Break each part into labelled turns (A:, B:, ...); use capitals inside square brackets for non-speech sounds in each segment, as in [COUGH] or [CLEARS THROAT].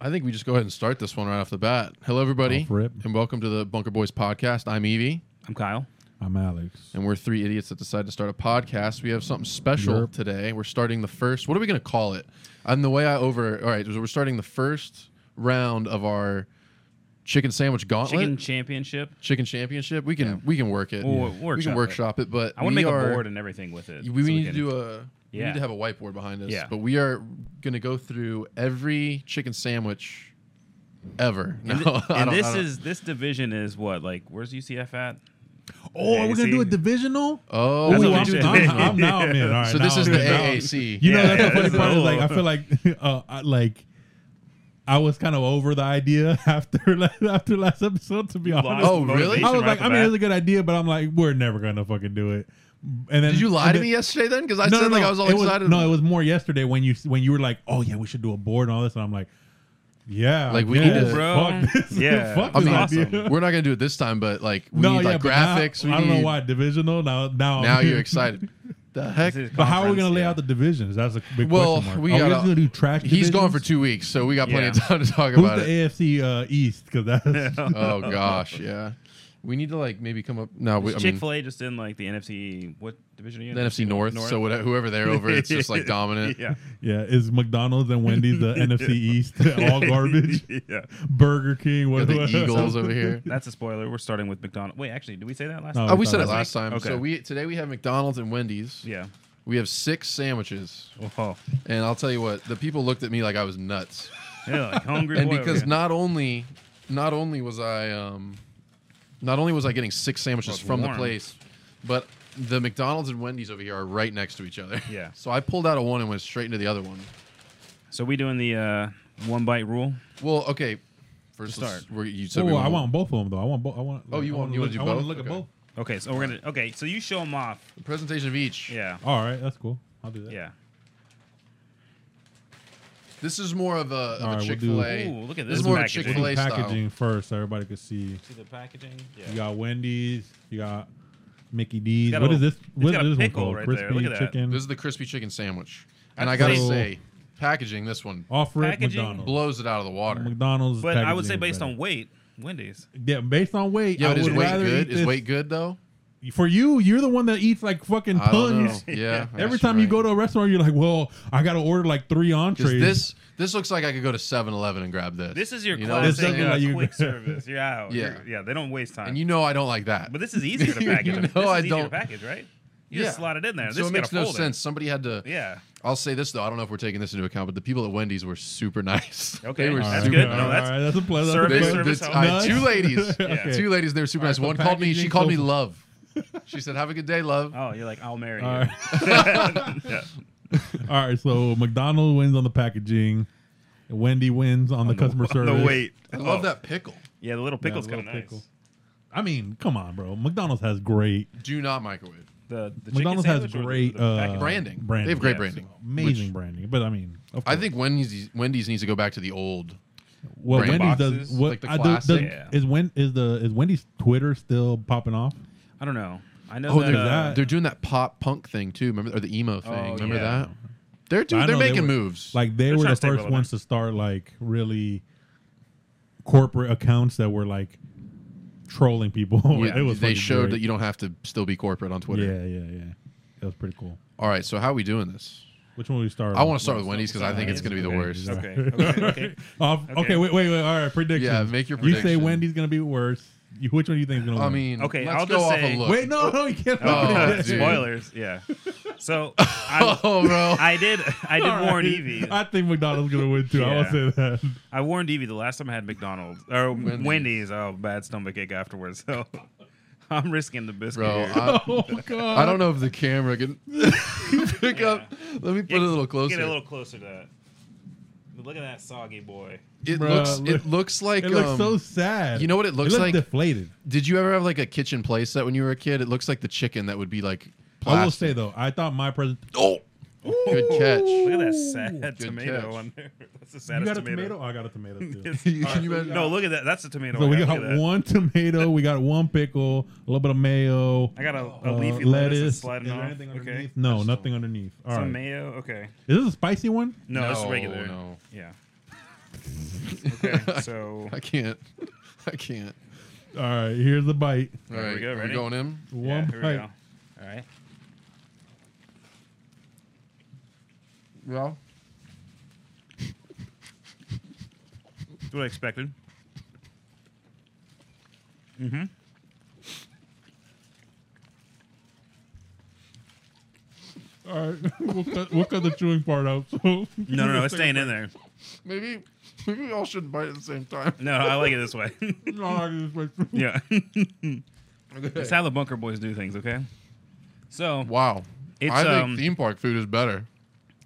A: I think we just go ahead and start this one right off the bat. Hello, everybody,
B: Off rip.
A: and welcome to the Bunker Boys podcast. I'm Evie,
C: I'm Kyle.
B: I'm Alex.
A: and we're three idiots that decided to start a podcast. We have something special
B: Yep.
A: today. We're starting the first. What are we going to call it? And the way I over. All right, so we're starting the first round of our chicken sandwich gauntlet,
C: Chicken
A: chicken,
C: championship.
A: championship. We can we can work it.
C: We'll
A: we
C: workshop
A: can
C: it.
A: workshop it. but
C: I want
A: we
C: to make
A: are-
C: a board and everything with it.
A: We, we need to do a. We
C: Yeah.
A: need to have a whiteboard behind us.
C: Yeah.
A: But we are going to go through every chicken sandwich ever. No,
C: And,
A: [LAUGHS]
C: thi-
A: I
C: and
A: don't- I
C: this
A: don't-
C: is this division is what like where's UCF at?
B: Oh,
C: Yeah,
B: we're
C: you
B: gonna do
C: see?
B: a divisional.
A: Oh,
C: That's
B: Ooh,
C: what we
B: I'm,
C: should
B: I'm-
C: do.
A: [LAUGHS]
B: I'm- now I'm in. All right,
A: so this
B: now
A: is
B: I'm
A: the
B: in. Now I'm-
A: AAC.
B: You know,
C: Yeah, Oh.
B: that's the funny
C: this is
B: part. Is
C: a
B: like, I
C: little-
B: feel like, [LAUGHS] uh, I, like, I was kind of over the idea [LAUGHS] after la- after last episode. To be
C: You
B: honest,
A: [LAUGHS]
C: lost
A: Oh, really? [LAUGHS]
C: motivation
B: I was
C: right
B: like,
C: off
B: I
C: the
B: mean, it's a
C: [LAUGHS] bat.
B: good idea, but I'm like, we're never gonna fucking do it. And
A: [LAUGHS]
B: then
A: Did you lie
B: and
A: to
B: then-
A: me yesterday then? Because I
B: No,
A: said
B: no, no.
A: like I was all
B: it
A: excited.
B: no, it was more yesterday when you when you were like, oh yeah, we should do a board and all this, and I'm like, yeah,
A: Like, we
B: yeah,
A: need to-
C: Bro.
B: Fuck this. [LAUGHS]
C: Yeah.
B: fuck
C: I
B: this
C: mean,
B: idea.
C: awesome.
A: We're not gonna do it this time, but like we
B: no,
A: need
B: yeah,
A: like
B: but now-
A: graphics. we
B: I don't know
A: need-
B: why divisional. Now, now, I'm
A: Now you're
B: [LAUGHS] here.
A: excited. The heck?
C: This is
B: But how are we
C: conference,
B: gonna lay
C: yeah.
B: out the divisions? That's a big
A: Well,
B: question mark.
A: we
B: are we
A: gotta-
B: just gonna do trash?
A: He's gone for
B: divisions?
A: two weeks, so we got plenty
C: Yeah.
A: of time to talk
B: Who's
A: about
B: the
A: it.
B: AFC uh, East? Because
A: [LAUGHS]
B: that's [LAUGHS]
A: Oh gosh, yeah. We need to like maybe come up. No, we, I
C: Chick
A: mean
C: Fil A just in like the NFC. What division are you in?
A: the NFC North. So whatever, whoever they're over, it's just
C: [LAUGHS]
A: like dominant. [LAUGHS]
C: yeah.
B: yeah. Is McDonald's and Wendy's the NFC East? All garbage.
C: [LAUGHS] yeah.
B: Burger King.
A: Got
B: What
C: [LAUGHS]
B: Oh,
A: the
B: what-
A: Eagles over here.
C: That's a spoiler. We're starting with McDonald's. Wait, actually, did we say that last
B: No.
C: time?
A: Oh, we
B: it's
A: said
B: not
A: it last
C: last
A: time.
C: Okay.
A: So we today we have McDonald's and Wendy's.
C: Yeah.
A: We have six sandwiches,
C: Oh, [LAUGHS]
A: and I'll tell you what, the people looked at me like I was nuts.
C: yeah, like hungry
A: and
C: boy over
A: because
C: here.
A: not only not only was I um, not only was I getting six sandwiches
C: But
A: from the
C: warm.
A: place, but the McDonald's and Wendy's over here are right next to each other.
C: [LAUGHS] Yeah.
A: So I pulled out of one and went straight into the other one.
C: So we doing the uh, one bite rule.
A: Well, okay. First let's-
C: Start.
A: we're- you said
B: Oh,
A: we
B: I
A: want-
B: want both of them though. I want both. I want.
A: Oh, you
B: I
A: want-
B: wanna
A: you wanna
B: look-
A: do
B: I wanna
A: both?
B: Look at
A: Okay.
B: both.
C: Okay, so we're gonna. Okay, so you show them off.
A: a presentation of each.
C: Yeah.
B: All right, that's cool. I'll do that.
C: Yeah.
A: This is more of a, of
B: All
A: a
B: right, we'll
A: Chick
B: do-
A: Fil A.
C: Ooh, look at
A: This is
C: this
A: more of a
B: We'll
C: packaging.
B: do
A: Chick-fil-A style.
B: packaging first, so everybody could see.
C: See the packaging? Yeah.
B: You got Wendy's. You got Mickey D's.
C: got a
B: What is
C: little-
B: this? What
C: got a
B: is this one
C: pickle
B: called?
C: right there.
B: Crispy
C: Look at that.
B: chicken.
A: This is the crispy chicken sandwich. And
C: I'd
A: I gotta
B: say-
A: say, packaging this one
B: Off rip
C: Packaging
B: McDonald's.
A: blows it out of the water.
B: McDonald's.
C: but I would say
B: packaging is
C: based
B: better.
C: on weight, Wendy's.
B: yeah, based on weight.
A: Yeah,
B: I
A: but is
B: would
A: weight
B: rather
A: good?
B: eat
A: Is
B: this-
A: weight good though?
B: for you? You're the one that eats like fucking
A: I don't know.
B: [LAUGHS] tons.
A: Yeah. I
B: Every
A: guess you're
B: time you
A: right.
B: go to a restaurant, you're like, "Well, I got to order like three
A: 'Cause
B: entrees."
A: this this looks like I could go to 7-Eleven and grab this.
C: This is your
A: You know what I'm
C: classic
B: This
A: saying?
B: doesn't
C: uh,
B: let you-
A: [LAUGHS]
C: quick service. You're out.
A: Yeah.
C: You're- yeah, they don't waste time.
A: and you know I don't like that.
C: but this is easier
A: [LAUGHS]
C: to
A: You
C: package.
A: know
C: this is
A: I
C: easier
A: don't-
C: to package, right? You just
A: Yeah.
C: slot it in there.
A: so
C: this
A: it makes
C: got
A: no
C: a
A: sense. Somebody had to.
C: Yeah.
A: I'll say this though. I don't know if we're taking this into account, but the people at Wendy's were super [LAUGHS] nice.
C: Okay,
A: they were
B: All
C: that's
A: super
C: good.
B: all
C: No,
A: nice.
C: that's-
B: right, that's a pleasant.
C: Service,
A: They-
C: Good
A: they-
C: service,
A: I had
B: Alex.
A: two ladies,
B: [LAUGHS] Okay.
A: two ladies. They were super
B: All right,
A: nice.
B: so
A: One called me. She
B: packaging,
A: called me
B: so-
A: love.
B: [LAUGHS]
A: She said, "Have a good day, love."
C: Oh, you're like, I'll marry
B: All
C: you.
B: right.
C: [LAUGHS] yeah.
B: All right, so McDonald wins on the packaging. Wendy wins on, [LAUGHS] the customer service.
C: The weight.
A: I love
C: Oh.
A: that pickle.
C: Yeah, the little pickle's
B: Yeah, little
C: kind of nice.
B: pickle. I mean, come on, bro. McDonald's has great
A: Do not microwave.
C: The, the chicken
B: McDonald's has
C: sandwich or the-
B: great,
C: the package?
B: uh,
A: Branding.
B: branding.
A: They have great
C: Yeah,
A: branding.
B: amazing
A: Which
B: branding. But I mean, of
A: I
B: course.
A: think Wendy's Wendy's needs to go back to the old.
B: well,
A: brand
B: Wendy's
C: boxes,
B: does what
A: like the
B: I do- does-
A: classic.
C: Yeah.
B: is when is the is Wendy's Twitter still popping off?
C: I don't know. I know
A: Oh,
C: that,
A: they're,
C: uh,
A: they're doing that pop punk thing too. Remember or the emo thing?
C: Oh,
A: Remember
C: yeah.
A: that? They're
B: I
A: dude, they're
B: know they
A: making
B: were-
A: moves.
B: Like they
C: They're
B: were
C: trying
B: the
C: to stay
B: first
C: relevant.
B: ones to start like really corporate accounts that were like trolling people. [LAUGHS]
A: Yeah,
B: oh, it was
A: they
B: fucking
A: showed
B: great.
A: that you don't have to still be corporate on Twitter.
B: Yeah, yeah, yeah. That was pretty cool.
A: All right, so how are we doing this?
B: Which one would we start?
A: I
B: with?
A: want to start with Wendy's because I think it's going to be the
B: Okay.
A: worst.
C: Okay. Okay. okay.
B: Off- [LAUGHS] okay.
C: Okay.
B: wait, wait, wait. All right, prediction.
A: Yeah, make your
B: You say
A: prediction.
B: Wendy's gonna be worse. You, which one do you think is gonna?
A: I
B: win?
A: mean,
C: Okay,
A: let's
C: I'll
A: go
C: just
A: off
C: say-
A: a look.
B: wait, no, no, you can't.
C: [LAUGHS]
A: Oh,
C: [LAUGHS] Oh,
A: dude.
C: spoilers. Yeah.
A: [LAUGHS]
C: So I,
A: [LAUGHS] Oh, bro.
C: I did. I did
B: All right.
C: warn Evie.
B: I think McDonald's gonna win too. I
C: Yeah.
B: will say that.
C: [LAUGHS] I warned Evie the last time I had McDonald's or
A: Wendy's.
C: Wendy's. Oh, bad stomach ache afterwards. So [LAUGHS] I'm risking the biscuit.
A: bro.
C: here. [LAUGHS]
A: I,
B: [LAUGHS] Oh my god.
C: Uh-huh.
A: I don't know if the camera can [LAUGHS] pick up. Let me put it a little closer.
C: Get a little closer to that. But Look at that soggy boy.
A: it
B: Bruh,
A: looks.
B: look-
A: It looks like.
B: It looks
A: um,
B: so sad.
A: you know what it looks
B: it looks
A: like?
B: Deflated.
A: Did you ever have like a kitchen place that when you were a kid? It looks like the chicken that would be like.
B: I will say
A: Plastic.
B: though, I thought my present.
A: Oh, good catch.
C: Look at that
B: Ooh,
C: sad
A: good
C: tomato
A: catch.
C: on there. [LAUGHS] That's the
B: You
C: saddest
B: got a
C: tomato.
B: tomato? Oh, I got a tomato too.
C: [LAUGHS]
A: [LAUGHS]
C: It's-
A: You-
C: all right,
A: you
C: so
A: better-
C: no, look at that. That's the tomato.
B: So we
C: I got,
B: got
C: Look at that.
B: one tomato, we got one pickle, a little bit of mayo.
C: I got a, a
B: uh,
C: leafy lettuce, that's
B: lettuce.
C: sliding
B: Is there
C: off.
B: anything
C: Okay.
B: underneath? No,
A: Just
B: nothing underneath. All
C: Some
B: right.
C: mayo. Okay.
B: Is this a spicy one?
C: No, it's
A: No,
C: regular.
A: no.
C: Yeah.
A: [LAUGHS]
B: [LAUGHS]
C: Okay, so
A: I can't. I can't.
B: All right, here's the bite.
A: All
C: There we
A: right,
C: go,
A: are
C: ready?
A: going in.
C: yeah,
B: One
C: here we
B: bite.
C: go. All right.
A: Yeah.
C: That's what I expected. Mm-hmm.
B: All right, [LAUGHS] we'll cut, we'll cut the chewing part out. So [LAUGHS] no,
C: No, no, no, it's staying in there.
A: Maybe maybe we all should bite at the same time. [LAUGHS]
C: No, I like it this way. [LAUGHS] yeah. That's how the bunker boys do things, okay? So
A: Wow.
C: It's,
A: I think
C: um,
A: theme park food is better.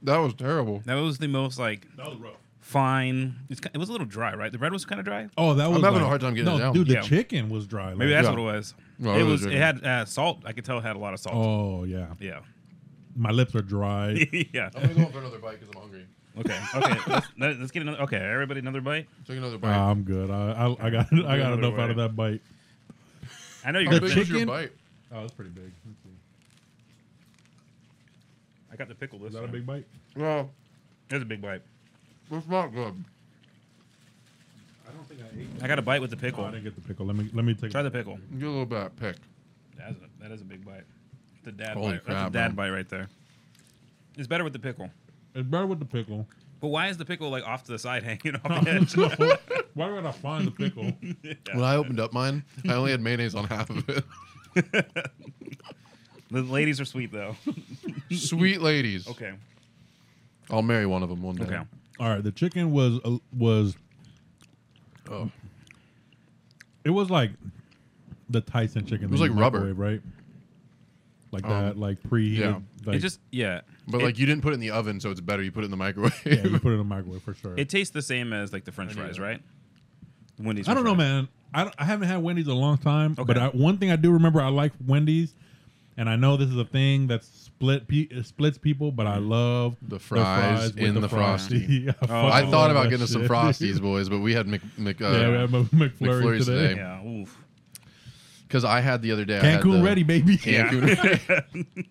A: That was
C: [LAUGHS]
A: terrible.
C: that was the most like
B: That was rough.
C: fine. It's, ki- it was a little dry, right? The bread was kind of dry.
B: Oh, that was.
A: having
B: like-
A: a hard time getting
B: no,
A: it down.
B: dude. The
C: Yeah.
B: chicken was dry. like-
C: Maybe that's
A: Yeah.
C: what it was.
A: No,
C: it
A: it
C: was.
A: was
C: It
A: okay.
C: had uh, salt. I could tell it had a lot of salt.
B: Oh yeah,
C: Yeah. [LAUGHS]
B: my lips are dry.
C: yeah.
B: Oh.
A: gonna go for another bite because I'm hungry.
C: Okay. Okay. let's, let- let's get another. Okay, everybody, another bite.
A: Take another
B: Nah, Uh,
C: Uh,
B: I'm good. I I, I got I got
C: Another
B: enough out of
C: way.
B: that bite.
C: I know you're
B: The
C: gonna
B: chick-
C: finish.
B: chicken-
A: bite?
B: Oh, that's pretty big.
C: I got the pickle this.
B: Is that a
C: time.
B: big bite?
A: No,
C: That's a big bite.
A: it's not good.
B: I don't think I ate.
C: I got a bite with the pickle.
B: Oh, I didn't get the pickle. Let me let me take.
C: Try the pickle.
A: Get a little bit of pick.
C: That's a, that is a big bite. The dad
A: Holy
C: bite. That's a
A: crap,
C: dad
A: bro.
C: bite right there. It's better with the pickle.
B: It's better with the pickle.
C: But why is the pickle like off to the side, [LAUGHS] hanging off the
B: [LAUGHS]
C: edge?
B: Why would I find the pickle?
A: When I opened up mine, I only had mayonnaise on half of
B: [LAUGHS]
A: it.
C: the ladies are sweet though.
A: Sweet ladies.
C: Okay.
A: I'll marry one of them one day.
C: Okay.
B: All right, the chicken was uh, was Mm-hmm.
A: Oh.
B: it was like the Tyson chicken. It
A: was like rubber.
B: right? Like
A: Um,
B: that, like preheated.
A: yeah.
B: Like,
C: it just yeah.
A: But
C: It-
A: like you didn't put it in the oven, so it's better. You put it in the microwave.
B: yeah, you put it in the microwave for sure.
C: It tastes the same as like the French
A: I knew
C: fries,
A: that.
C: right? Wendy's.
B: I don't know,
C: French
B: man. I, don't- I haven't had Wendy's in a long time,
C: Okay.
B: but I, one thing I do remember, I like Wendy's, and I know this is a thing that split pe- uh, splits people, but I love
A: The fries
B: with
A: in the Frosty.
B: [LAUGHS]
C: Oh,
B: I,
A: [LAUGHS]
B: fucking
A: I
B: love
A: thought about
B: that
A: getting us some
B: shit.
A: Frosties, boys, but we had Mc, Mc, uh,
B: [LAUGHS] yeah, we had Mc- [LAUGHS] McFlurry,
A: McFlurries
B: today.
A: today.
C: fries. Yeah. Oof.
A: Because I had the other day. I had
B: Cancun
A: the
B: ready, baby.
A: Cancun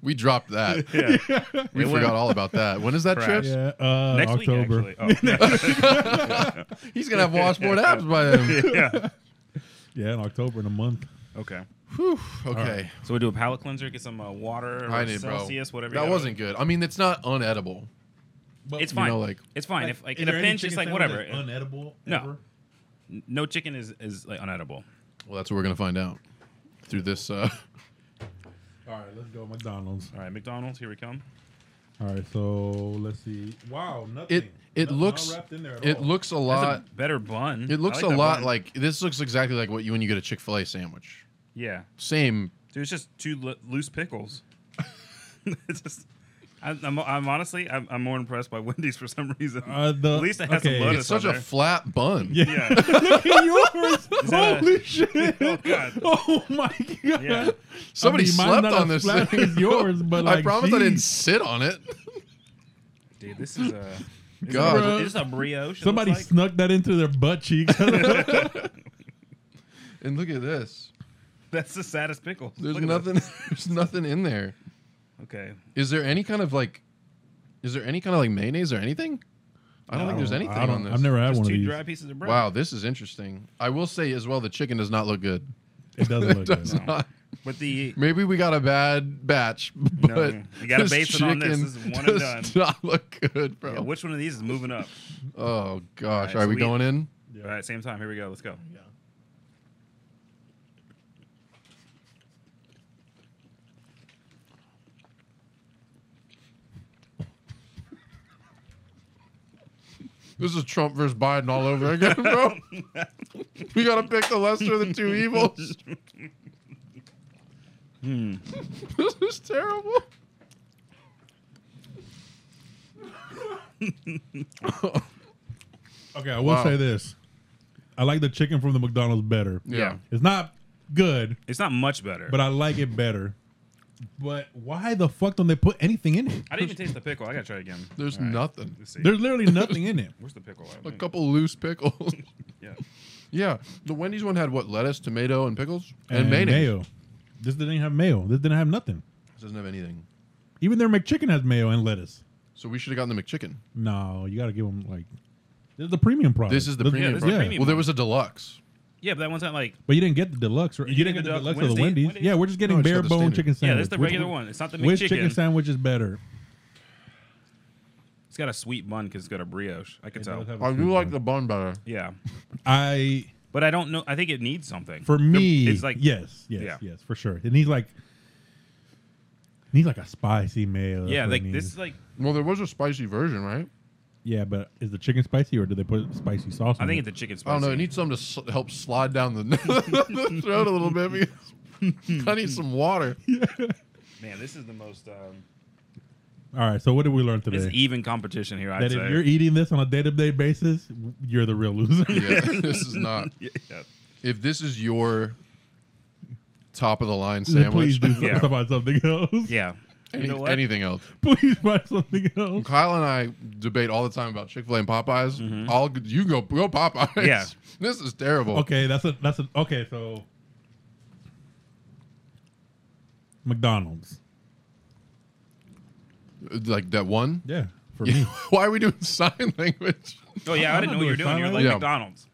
A: we dropped that.
C: [LAUGHS] Yeah.
A: We
C: It went-
A: forgot all about that. When is that
C: Crash.
A: trip?
B: [LAUGHS] Yeah, [LAUGHS] uh,
C: Next
B: October.
C: week, actually. Oh,
A: He's gonna have
C: [LAUGHS]
A: washboard abs by then.
C: yeah.
B: [LAUGHS] Yeah, in October in a month.
C: Okay.
A: Whew, okay,
C: So we do a palate cleanser, get some uh, water, or
A: I need bro.
C: Celsius, whatever. you
A: That
C: got.
A: wasn't good. I mean, it's not unedible.
B: But,
C: It's fine.
A: know, like-
C: it's fine. if like in a pinch, it's like whatever.
B: Unedible.
C: No. ever? no chicken is is like unedible.
A: Well, that's what we're gonna find out through this. Uh,
B: All right, let's go McDonald's.
C: All right, McDonald's, here we come.
B: All right, so let's see. Wow, nothing.
A: it it
B: Nothing, not
A: looks
B: wrapped in there at
A: it
B: all.
A: looks a
C: That's
A: lot.
C: a better bun.
A: Uh, it looks
C: I like
A: a
C: that
A: lot
C: bun.
A: like this. Looks exactly like what you when you get a Chick Fil A sandwich.
C: yeah.
A: Same.
C: Dude, it's just two lo-
A: [LAUGHS]
C: loose pickles. it's just. I, I'm, I'm honestly, I'm, I'm more impressed by Wendy's for some reason.
B: Uh, the-
C: At least it has
B: okay. It's
C: some lettuce
A: It's such
C: on
A: a
C: there.
A: flat bun.
C: yeah.
B: [LAUGHS]
A: [LAUGHS]
B: Look
C: [LAUGHS]
B: at yours.
C: that a-
B: Holy shit!
C: Oh, God.
B: [LAUGHS] Oh my god!
C: Yeah.
A: Somebody
B: I mean, mine's
A: slept
B: not
A: on
B: as
A: this
B: flat
A: thing.
B: as yours,
A: [LAUGHS]
B: but
A: I
B: like,
A: promise I didn't
B: geez.
A: sit on it.
C: Dude, this is a. is
A: God.
C: it a- Is this a brioche? it
B: Somebody
C: looks like?
B: snuck that into their butt
C: [LAUGHS]
B: cheeks.
A: And look at this.
C: That's the saddest pickle.
A: There's
C: Look at
A: nothing. [LAUGHS] There's nothing in there.
C: that. Okay.
A: Is there any kind of like? Is there any kind of like mayonnaise or anything? I don't think there's
B: I
A: anything
B: don't-
A: on this.
B: I've never had
C: Just
B: one of
C: two
B: these.
C: dry pieces of bread.
A: Wow, this is interesting. I will say as well, the chicken does not look good.
B: It
C: [LAUGHS]
B: doesn't look
A: Does
B: good.
A: not. [LAUGHS]
C: But the
A: Maybe we got a bad batch, [LAUGHS] but
C: you gotta
A: this
C: base it on this.
A: chicken
C: This is one
A: [LAUGHS]
C: and
A: does Not look good, bro.
C: yeah, which one of these is moving up?
A: oh
C: Alright,
A: gosh,
C: so
A: are we
C: we-
A: going in?
B: Yeah.
C: All right, same time. Here we go. Let's go.
A: This is Trump versus Biden all over again, [LAUGHS] bro. we gotta pick the lesser of the two evils. Hmm. [LAUGHS] this is terrible.
B: Okay, I will
A: Wow.
B: say this. I like the chicken from the McDonald's better.
A: Yeah.
B: It's not good,
C: It's not much better.
B: but I like it better. But why the fuck don't they put anything in it?
C: I didn't even taste the pickle. I gotta try again.
A: There's
C: All right,
A: nothing.
C: Let's see.
B: There's literally nothing in it.
C: Where's the pickle? at?
A: A couple loose pickles. [LAUGHS]
C: Yeah.
A: yeah, the Wendy's one had what lettuce, tomato, and pickles, [LAUGHS] and, mayonnaise.
B: mayo. This didn't have mayo. This didn't have nothing.
A: This doesn't have anything.
B: Even their McChicken has mayo and lettuce.
A: So we should have gotten the McChicken.
B: No, you got to give them like This is the premium product.
A: This is the premium.
C: this is the
A: product.
C: premium
A: Well, there
C: one.
A: was a deluxe.
C: Yeah, but that one's not like
B: But you didn't get the deluxe, right?
C: You
B: You,
C: didn't
B: didn't
C: get
B: get
C: the
B: the deluxe
C: deluxe Wednesday-
B: of the Wendy's.
C: Wendy's?
B: Yeah, we're just getting
A: No, it's got
B: bare
A: the
B: bone
A: standard.
B: chicken
C: yeah,
B: sandwich.
C: that's the
B: Which-
C: regular one. It's not the
B: Which chicken
C: McChicken.
B: sandwich is better?
C: it's got a sweet bun because it's got a brioche. I could tell.
A: I do like the bun better.
C: yeah,
B: I
C: but I don't know. I think it needs something
B: for me,
C: It's like
B: yes, yes,
C: yeah.
B: yes, for sure. It needs like needs like a spicy mayo. that's
C: Yeah,
B: what it
C: like
B: needs.
C: this is like
A: Well, there was a spicy version, right?
B: Yeah, but is the chicken spicy or do they put spicy sauce?
C: I
B: on
C: think
B: it?
C: it's a chicken spicy.
A: I don't know. It needs something to s- help slide down the, [LAUGHS] the throat a little bit. Because I need some water.
C: Man, this is the most. Um,
B: All right. So what did we learn
C: it's
B: today?
C: even competition here. I'd
B: that if
C: say.
B: you're eating this on a day to day basis, you're the real loser.
A: [LAUGHS] Yeah, this is not.
C: yeah.
A: If this is your top of the line
B: [LAUGHS] Please
A: sandwich,
B: do
C: Yeah.
B: talk about something else.
C: yeah.
A: any-
C: You know what?
A: anything else.
B: [LAUGHS] Please buy something else.
A: Kyle and I debate all the time about Chick Fil A and Popeyes. I'll you go go Popeyes.
C: Yeah.
A: [LAUGHS] this is terrible.
B: Okay, that's a that's a okay. So McDonald's.
A: Like that one. [LAUGHS]
B: Yeah, for me.
A: Why are we doing sign language?
C: oh yeah, I
B: I'm not
C: didn't know what you were doing.
B: doing
C: You were
B: silent.
C: like
A: Yeah.
C: McDonald's.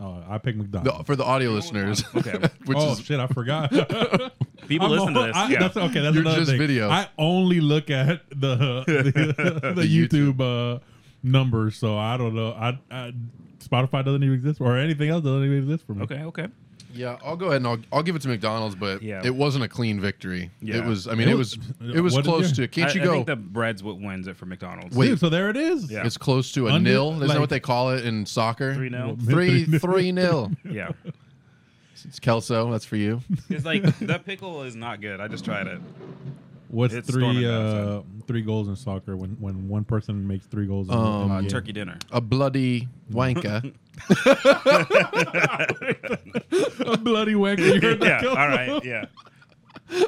B: Oh, I pick McDonald's.
A: The- for the audio listeners,
C: Okay.
A: [LAUGHS] which
B: oh
A: is
B: shit, I forgot. People
C: People listen to this. yeah.
B: that's, okay, that's
A: You're
B: another
A: just
B: thing.
A: video.
B: I only look at the [LAUGHS] the, the
A: YouTube.
B: YouTube, uh, numbers, so I don't know. I, I Spotify doesn't even exist, or anything else doesn't even exist for me.
C: okay. Okay.
A: yeah. I'll go ahead and I'll, I'll give it to McDonald's, but
C: Yeah.
A: it wasn't a clean victory.
C: Yeah.
A: It was. I mean, it,
B: It
A: was.
B: [LAUGHS] was-
A: It was
B: what did
A: close
B: you-
A: to. Can't
C: I,
A: you
C: I
A: go?
C: think the bread's what wins it for McDonald's.
A: Wait.
B: Dude, so there it is.
C: Yeah.
A: it's close to a
B: Under-
A: nil. Isn't that
B: like-
A: what they call it in soccer?
B: [LAUGHS]
C: Three nil.
A: Three three nil.
C: Yeah.
A: It's Kelso. That's for you.
C: It's like that pickle is not good. I just tried it.
B: What's
C: It's storming
B: three uh, three goals in soccer when when one person makes three goals? In
A: Um,
B: in a
C: Uh,
B: game? [LAUGHS]
C: turkey dinner. [LAUGHS]
A: A bloody wanker.
C: [LAUGHS]
B: a bloody wanker. You heard
C: yeah.
B: that,
C: All
B: Kelso?
C: right. [LAUGHS] Yeah.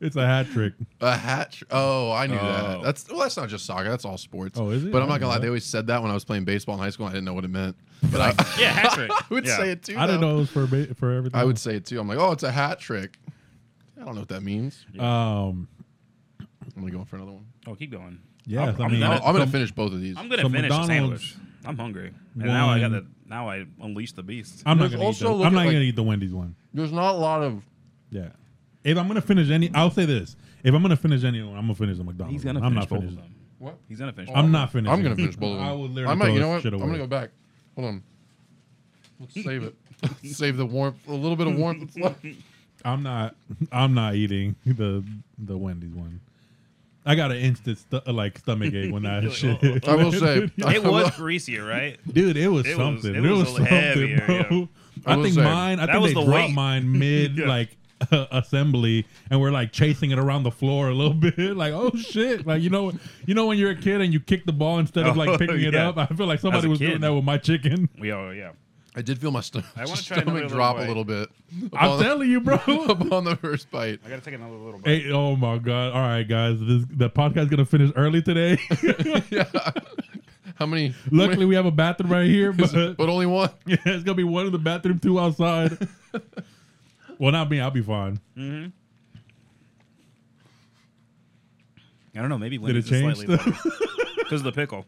B: It's a hat trick.
A: A hat. tr- Oh, I knew that.
C: Oh.
A: That's well. That's not just soccer. That's all sports.
B: Oh, is it?
A: But I'm
B: I
A: not gonna
B: didn't
A: lie. They
B: know that.
A: always said that when I was playing baseball in high school. and I didn't know what it meant. [LAUGHS] But I,
C: Yeah. Hat [LAUGHS] trick.
A: I would
C: yeah.
A: say it too.
B: I didn't
A: though.
B: know it was for ba- for everything.
A: I would
B: else.
A: say it too. I'm like, oh, it's a hat trick. I don't know what that means.
B: Um,
A: I'm gonna go for another one.
C: Oh, keep going.
B: Yeah,
C: I'm,
B: I
C: I'm
B: mean-
A: I'm,
C: gonna,
A: I'm gonna finish both of these.
C: I'm gonna
B: So
C: finish the
B: McDonald's
C: sandwich. I'm hungry, and now I got the
B: won-
C: now I unleash the beast.
B: I'm not
A: There's
B: gonna eat.
A: also
B: those.
A: look
B: I'm
A: at,
B: not
A: like-
B: gonna eat the Wendy's one.
A: There's not a lot of.
B: Yeah. If I'm gonna finish any, I'll say this: if I'm gonna finish anyone, I'm gonna finish the McDonald's.
C: He's gonna
B: one. I'm not
C: finish both of
B: finishing.
C: them.
A: What?
C: He's gonna finish.
B: I'm
C: both.
B: not finishing.
A: I'm gonna
B: it.
A: finish both of them.
B: I will literally
A: I might.
B: throw
A: You
B: this
A: know what?
B: shit
A: I'm
B: away.
A: gonna go back. Hold on. Let's save it. save the warmth. A little bit of warmth
C: [LAUGHS]
A: that's left.
B: I'm not. I'm not eating the the Wendy's one. I got an instant stu- like stomach ache
A: [LAUGHS]
B: when that shit.
A: oh, I will say.
B: [LAUGHS]
C: It was greasier, right?
B: dude, it was
C: It was-
B: something.
C: it
B: It
C: was
B: was,
C: a
B: something,
C: little heavier,
B: bro.
C: yeah.
A: I
B: I,
A: will
B: think
A: say,
B: mine. I
C: that
B: think
C: was
B: they
C: the
B: dropped
C: weight.
B: mine
C: [LAUGHS]
B: mid
C: Yeah.
B: like [LAUGHS] assembly, and we're like chasing it around the floor a little [LAUGHS] bit. Like, oh shit! Like you know, you know when you're a kid and you kick the ball instead of
C: Oh,
B: like picking it
C: yeah.
B: up. I feel like somebody
C: a
B: was
C: kid.
B: doing that with
A: [LAUGHS]
B: my chicken.
C: We are, yeah.
A: I did feel my sto-
C: I
A: [LAUGHS]
C: wanna try another
A: stomach
C: little
A: drop a
C: bite.
A: little bit.
B: I'm
A: upon-
B: telling
A: [LAUGHS]
B: you,
C: [LAUGHS]
B: bro.
A: upon the first bite.
C: I gotta take another little bite.
B: Hey, oh my god! All right, guys, this, the podcast gonna finish early today. [LAUGHS]
A: [LAUGHS] How many?
B: Luckily, we have a bathroom right
C: [LAUGHS]
B: here, but [LAUGHS]
A: but only one.
B: yeah, it's gonna be one in the bathroom, two
C: [LAUGHS]
B: outside. well, not me. I'll be fine.
C: I don't know. Maybe
B: Did it
C: Wendy's is
B: change?
C: slightly because [LAUGHS]
B: [LAUGHS]
C: of the pickle.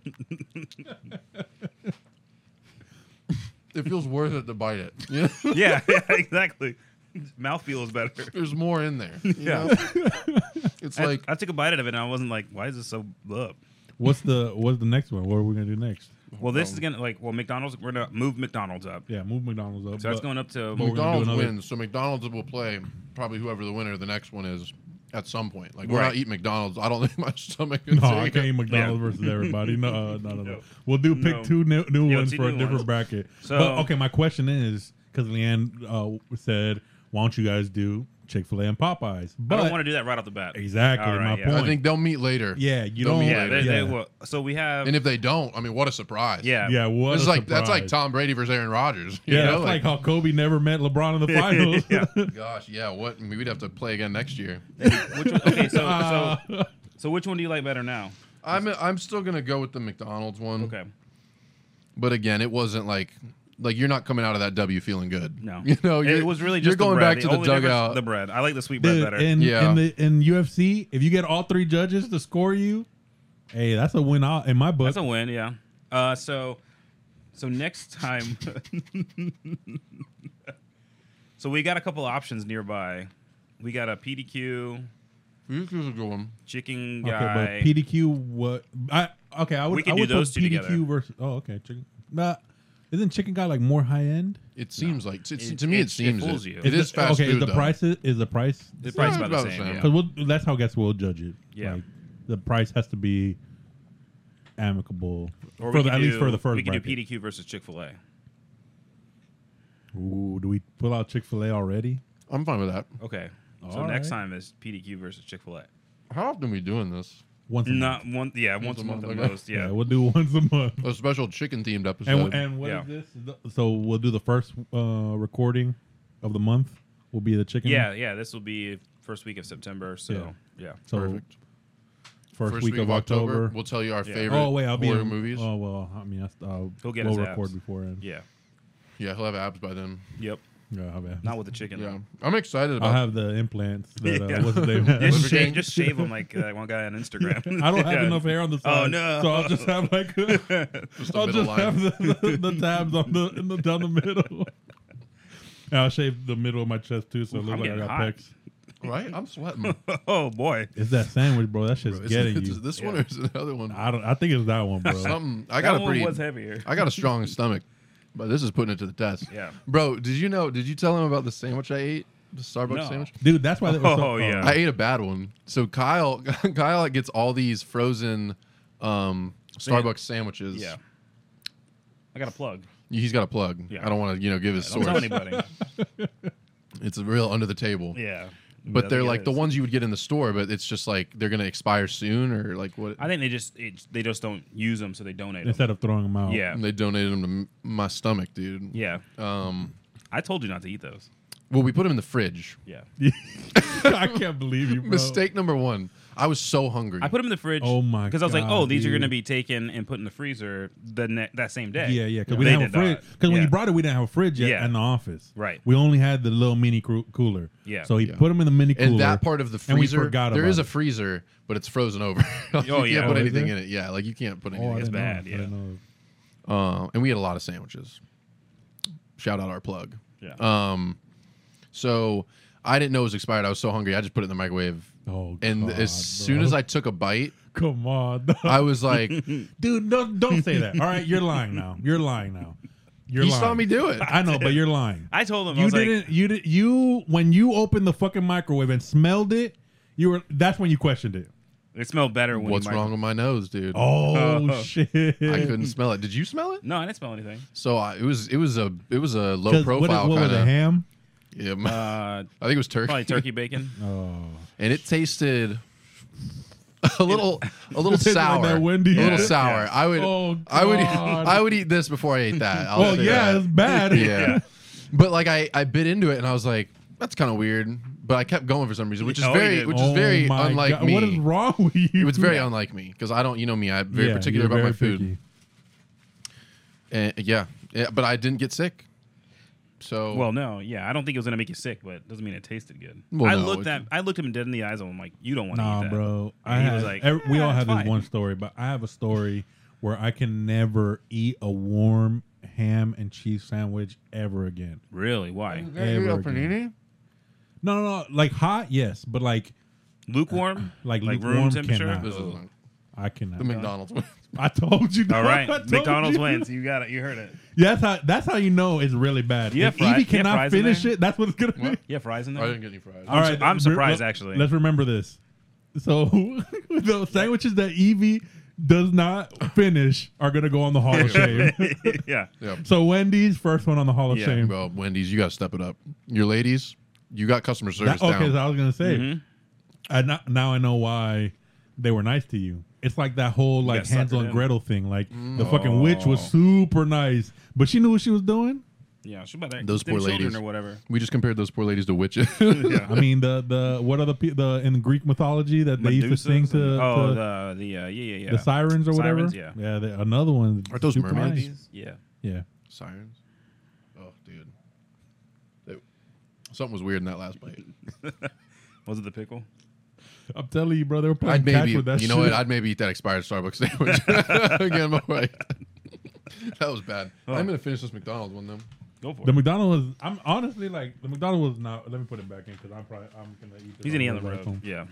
A: It feels worth it to bite it. [LAUGHS] Yeah.
C: yeah, [LAUGHS] yeah, exactly. Mouth feels better.
A: There's more in there. you
C: Yeah.
A: know? It's
C: I-
A: like
C: I, took a bite out of it, and I wasn't like, "Why is this so blub?"
B: What's the What's the next one? What are we gonna do next?
C: Well, this is gonna like, well, McDonald's. We're gonna move McDonald's up,
B: Yeah, move McDonald's up.
C: so that's
B: but-
C: going up to.
B: we're gonna do
A: McDonald's
B: another-
A: wins, so McDonald's will play probably whoever the winner of the next one is at some point. Like we're
C: Right.
A: not eating McDonald's. I don't [LAUGHS] think my stomach can
B: [LAUGHS] No,
A: take
B: I
A: it.
B: can't eat McDonald's versus everybody. No, uh, no, no, no.
C: No.
B: We'll do pick
C: No.
B: two new, new
C: Yeah,
B: ones
C: two
B: for a
C: new
B: different
C: ones.
B: bracket.
C: So-
B: but okay, my question is because Leanne uh, said, "Why don't you guys do Chick Fil A and Popeyes?" But
C: I don't want to do that right off the bat.
B: Exactly,
C: All
B: my
C: yeah.
B: point.
A: I think they'll meet later.
B: yeah, you
A: They'll
B: don't.
A: be
C: Yeah, they,
B: yeah.
C: they will. So we have.
A: And if they don't, I mean, what a surprise.
C: yeah,
B: yeah, what
A: It's
B: a
A: like that's like
B: surprise.
A: Tom Brady versus Aaron Rodgers. [LAUGHS] you
B: Yeah,
A: know?
B: that's like, how Kobe never met LeBron in the
C: [LAUGHS]
B: finals. [LAUGHS]
C: Yeah.
A: gosh, yeah. What I mean, we'd have to play again next year.
C: Which one, [LAUGHS]
B: [LAUGHS]
C: okay, so,
B: Uh,
C: so so which one do you like better now?
A: I'm I'm still gonna go with the McDonald's one.
C: Okay,
A: But again, it wasn't like like you're not coming out of that W feeling good.
C: no,
A: [LAUGHS] You know,
C: it
A: you're-
C: was really just
A: you're
C: the
A: going
C: bread.
A: back to the
C: only difference-
A: dugout.
C: The bread. I like the sweet bread
B: dude,
C: better.
B: in,
A: Yeah.
B: in the in UFC, if you get all three judges to score you, hey, that's a win out in my book.
C: That's a win. Yeah, Uh, so, so next time, [LAUGHS] so we got a couple options nearby. We got a PDQ
A: This is a good one.
C: chicken guy.
B: Okay, but PDQ what? I okay, I would.
C: We can
B: I
C: do
B: would put
C: those two
B: PDQ
C: together.
B: versus. Oh, okay. Chicken. Nah, isn't chicken guy like more high end?
A: It seems like to,
C: It-
A: to me.
C: it-
A: It,
C: it
A: seems
C: fools
A: it.
C: you.
A: it is fast
B: okay,
A: food.
B: is the
A: though.
B: price is, is the price?
C: the price is
A: Yeah,
C: about the same. yeah.
B: Because we'll, that's how I guess we'll judge it.
C: Yeah.
B: Like, the price has to be amicable.
C: Or
B: for
C: we
B: the,
C: could
B: at least
C: do-
B: for the first
C: we can do
B: bracket.
C: PDQ versus Chick Fil A.
B: Ooh, do we pull out Chick fil A already?
A: I'm fine with that.
C: Okay, so
B: All
C: next
B: right.
C: time is PDQ versus Chick Fil A.
A: How often are we doing this?
B: Once Mm. a month.
C: Not one, yeah, once, a month, at
A: okay.
C: most. Yeah,
B: we'll do [LAUGHS] once a month.
A: A special chicken themed episode.
B: And, and what is
C: Yeah.
B: this? The- So we'll do the first uh, recording of the month. Will be the chicken.
C: yeah, yeah. This will be first week of September. So
B: Yeah.
C: yeah.
B: So
A: Perfect.
B: First, week, of October.
A: we'll tell you our
C: Yeah.
A: favorite
B: oh wait, I'll be
A: horror
B: in,
A: movies.
B: Oh well, I mean, I, uh,
C: He'll get
B: we'll
C: his
B: record
C: abs.
B: before and
C: Yeah.
A: yeah, he'll have abs by then.
C: Yep.
B: yeah, I'll, have,
C: Not with the chicken.
A: Yeah,
C: though.
A: I'm excited
B: I'll
A: about.
B: have the
C: [LAUGHS]
B: implants. That, uh,
C: Yeah.
B: what's his name?
C: Just
A: Liver
C: shave,
A: gang?
C: just shave them like uh, one guy on Instagram.
B: [LAUGHS] I don't have
C: [LAUGHS] Yeah.
B: enough hair on the side.
C: Oh, no.
B: So I'll just have like [LAUGHS]
A: just a
B: I'll
A: middle
B: just
A: line.
B: have the, the, the tabs on the, in the down the
C: [LAUGHS]
B: middle. And I'll shave the middle of my chest too, so it
C: Ooh,
B: looks
C: I'm
B: like I
C: getting
B: got
C: hot.
B: pecs.
A: Right, I'm
B: [LAUGHS]
A: sweating.
C: Oh boy,
B: It's that sandwich, bro. That shit's
A: Bro, is,
B: getting
A: it-
B: you.
A: is it this
C: Yeah.
A: one or is it another one?
B: I don't. I think it's that one,
C: [LAUGHS]
B: bro.
A: Something. I
C: that
A: got a
C: one
A: pretty.
C: was heavier.
A: I got a strong stomach, but this is putting it to the test.
C: Yeah.
A: Bro, did you know? Did you tell him about the sandwich I ate? The Starbucks
C: No.
A: sandwich.
B: Dude, that's why. They were so,
C: Oh, yeah.
A: I ate a bad one. So Kyle, [LAUGHS] Kyle like, gets all these frozen um, Starbucks sandwiches.
C: Yeah, I got a plug.
A: he's got a plug.
C: Yeah.
A: I don't want to, you know, give his
C: Don't tell
A: source.
C: anybody.
A: It's a real under the table.
C: Yeah,
A: But
C: I
A: they're
C: think it
A: like the
C: is.
A: ones you would get in the store, but it's just like they're gonna expire soon or like what?
C: I think they just it, they just don't use them, so they donate them.
B: Instead of throwing them out.
C: Yeah,
A: And they donated them to m- my stomach, dude.
C: yeah.
A: Um.
C: I told you not to eat those.
A: Well, we put them in the fridge.
C: Yeah,
B: [LAUGHS] I can't believe
C: [LAUGHS]
B: you, bro.
A: Mistake number one. I was so hungry.
C: I put them in the fridge.
B: Oh, my
C: Because I was like,
B: God,
C: oh, these are
B: dude.
C: going to be taken and put in the freezer the ne- that same day.
B: Yeah, yeah. Because we
C: They
B: didn't have a
C: did
B: fridge.
C: not.
B: Because when
C: Yeah.
B: you brought it, we didn't have a fridge yet
C: Yeah.
B: in the office.
C: Right.
B: We only had the little mini cru- cooler.
C: Yeah.
B: So he
A: Yeah.
B: put them in the mini cooler.
A: and that part of the
B: and we
A: freezer,
B: forgot
A: there
B: about
A: is a
B: it.
A: freezer, but it's frozen over. [LAUGHS] Like,
C: Oh,
A: you
C: yeah.
A: can't put
B: Oh, is
A: anything
B: it?
A: in it. Yeah, like you can't put
B: Oh, I
A: anything. in it.
B: didn't know.
C: bad,
B: I
C: yeah.
B: didn't know.
A: Uh, and we had a lot of sandwiches. Shout out our plug.
C: Yeah.
A: Um, so I didn't know it was expired. I was so hungry. I just put it in the microwave.
B: Oh,
A: and
B: God,
A: as soon
B: bro.
A: as I took a bite,
B: [LAUGHS] Come on, [LAUGHS]
A: I was like, he
B: dude, don't don't say that. All right, you're lying now. You're lying now. You're lying.
A: saw me do it.
B: I know, but you're lying.
C: I told him I
B: you
C: was
B: didn't.
C: like,
B: you did. You when you opened the fucking microwave and smelled it, you were. That's when you questioned it.
C: it smelled better when. you
A: What's
C: mic-
A: wrong with my nose, dude?
C: [LAUGHS]
B: Oh shit!
A: I couldn't smell it. Did you smell it?
C: No, I didn't smell anything.
A: So I, it was it was a it was a low
B: 'Cause what-
A: profile
B: What, was it?
A: kind of.
B: Ham.
A: [LAUGHS] Yeah,
C: Uh,
A: I think it was turkey. [LAUGHS]
C: probably turkey bacon.
B: Oh,
A: and it tasted [LAUGHS] a little a little
B: [LAUGHS] tasted
A: sour.
B: like that Wendy's.
A: A little
B: Yeah.
A: sour.
C: Yeah.
A: I would
B: Oh,
A: I would
B: God.
A: [LAUGHS] I would eat this before I ate that. I'll
B: well,
A: say
B: yeah,
A: that.
B: it's bad.
A: [LAUGHS]
B: [LAUGHS]
A: yeah. But like I I bit into it and I was like that's kind of weird, but I kept going for some reason, which is
C: Oh, you
A: very
C: did.
A: which is
B: Oh
A: very
B: my
A: unlike
B: God.
A: me.
B: What is wrong with you?
A: It was very unlike me because I don't, you know me, I'm very
B: Yeah,
A: particular
B: you're
A: about my
B: very
A: food.
B: picky.
A: And, yeah. yeah, but I didn't get sick. So
C: Well, no, yeah, I don't think it was gonna make you sick, but it doesn't mean it tasted good.
A: Well,
C: I
A: no,
C: looked
A: it-
C: at, I looked him dead in the eyes, and I'm like, you don't want to eat
B: Nah,
C: that,
B: bro.
C: And
B: I
C: he
B: have,
C: was like,
B: every- we
C: "Yeah,
B: all
C: it's
B: have
C: fine."
B: this one story, but I have a story where I can never eat a warm ham and cheese sandwich ever again.
A: [LAUGHS]
C: Really? Why?
B: Ever again. No, no, no. Like hot, yes, but like
C: Lukewarm?
B: [LAUGHS] Like
C: room
B: lukewarm
C: temperature?
B: cannot.
A: this is
B: I
A: the
B: cannot.
A: McDonald's one.
B: I told you.
C: All
B: dog.
C: right,
B: [LAUGHS] I told
C: McDonald's
B: you.
C: wins. You got it. You heard it.
B: Yeah, that's how. That's how you know it's really bad.
C: You have
B: if
C: fries-
B: Evie
C: you have
B: cannot
C: fries in
B: finish
C: there?
B: it, that's what it's gonna be.
A: What?
C: You have fries
A: [LAUGHS]
C: in
A: I
C: there?
A: didn't get any fries.
B: All right,
C: su- I'm
B: re-
C: surprised,
B: let-
C: actually.
B: Let's remember this. So [LAUGHS] the sandwiches that Evie does not finish are gonna go on the Hall of Shame.
C: [LAUGHS]
A: [LAUGHS]
C: yeah.
A: Yeah.
B: So Wendy's first one on the Hall of
C: Yeah,
B: Shame.
A: Well, Wendy's, you got to step it up. Your ladies, you got customer
B: That-
A: service
B: okay,
A: down.
B: so I was gonna say,
C: Mm-hmm.
B: I no- now I know why they were nice to you. It's like that whole like
C: got
B: Hansel
C: suckered
B: and
C: in.
B: Gretel thing. Like the
A: Mm.
B: fucking witch was
A: Oh.
B: super nice, but she knew what she was doing.
C: Yeah. She about to-
A: Those
C: them
A: poor
C: children
A: ladies.
C: or whatever.
A: we just compared those poor ladies to
B: [LAUGHS]
A: witches.
B: I mean, the the what are the pe- the in Greek mythology that they used
C: Medusas
B: to sing
C: and-
B: to, to
C: oh,
B: the,
C: the the uh, yeah yeah yeah
B: sirens or whatever?
C: Sirens, yeah.
B: yeah. They, another one.
A: Aren't those
B: super
A: mermaids?
B: nice.
C: yeah.
B: Yeah.
A: Sirens. Oh, dude. They- something was weird in that last bite.
C: Was it the pickle?
B: I'm telling you, bro, they were
A: I'd
B: playing catch
A: maybe,
B: with that
A: you know
B: shit.
A: what? I'd maybe eat that expired Starbucks sandwich [LAUGHS] again. My way. that was bad.
B: Oh.
A: I'm gonna finish this McDonald's one though.
C: Go for
B: The
C: it.
B: McDonald's was. I'm honestly like the McDonald's was not. Let me put it back in because I'm probably I'm gonna eat. This
C: He's gonna eat on
B: the
C: the
B: way
C: road.
B: back home.
C: Yeah.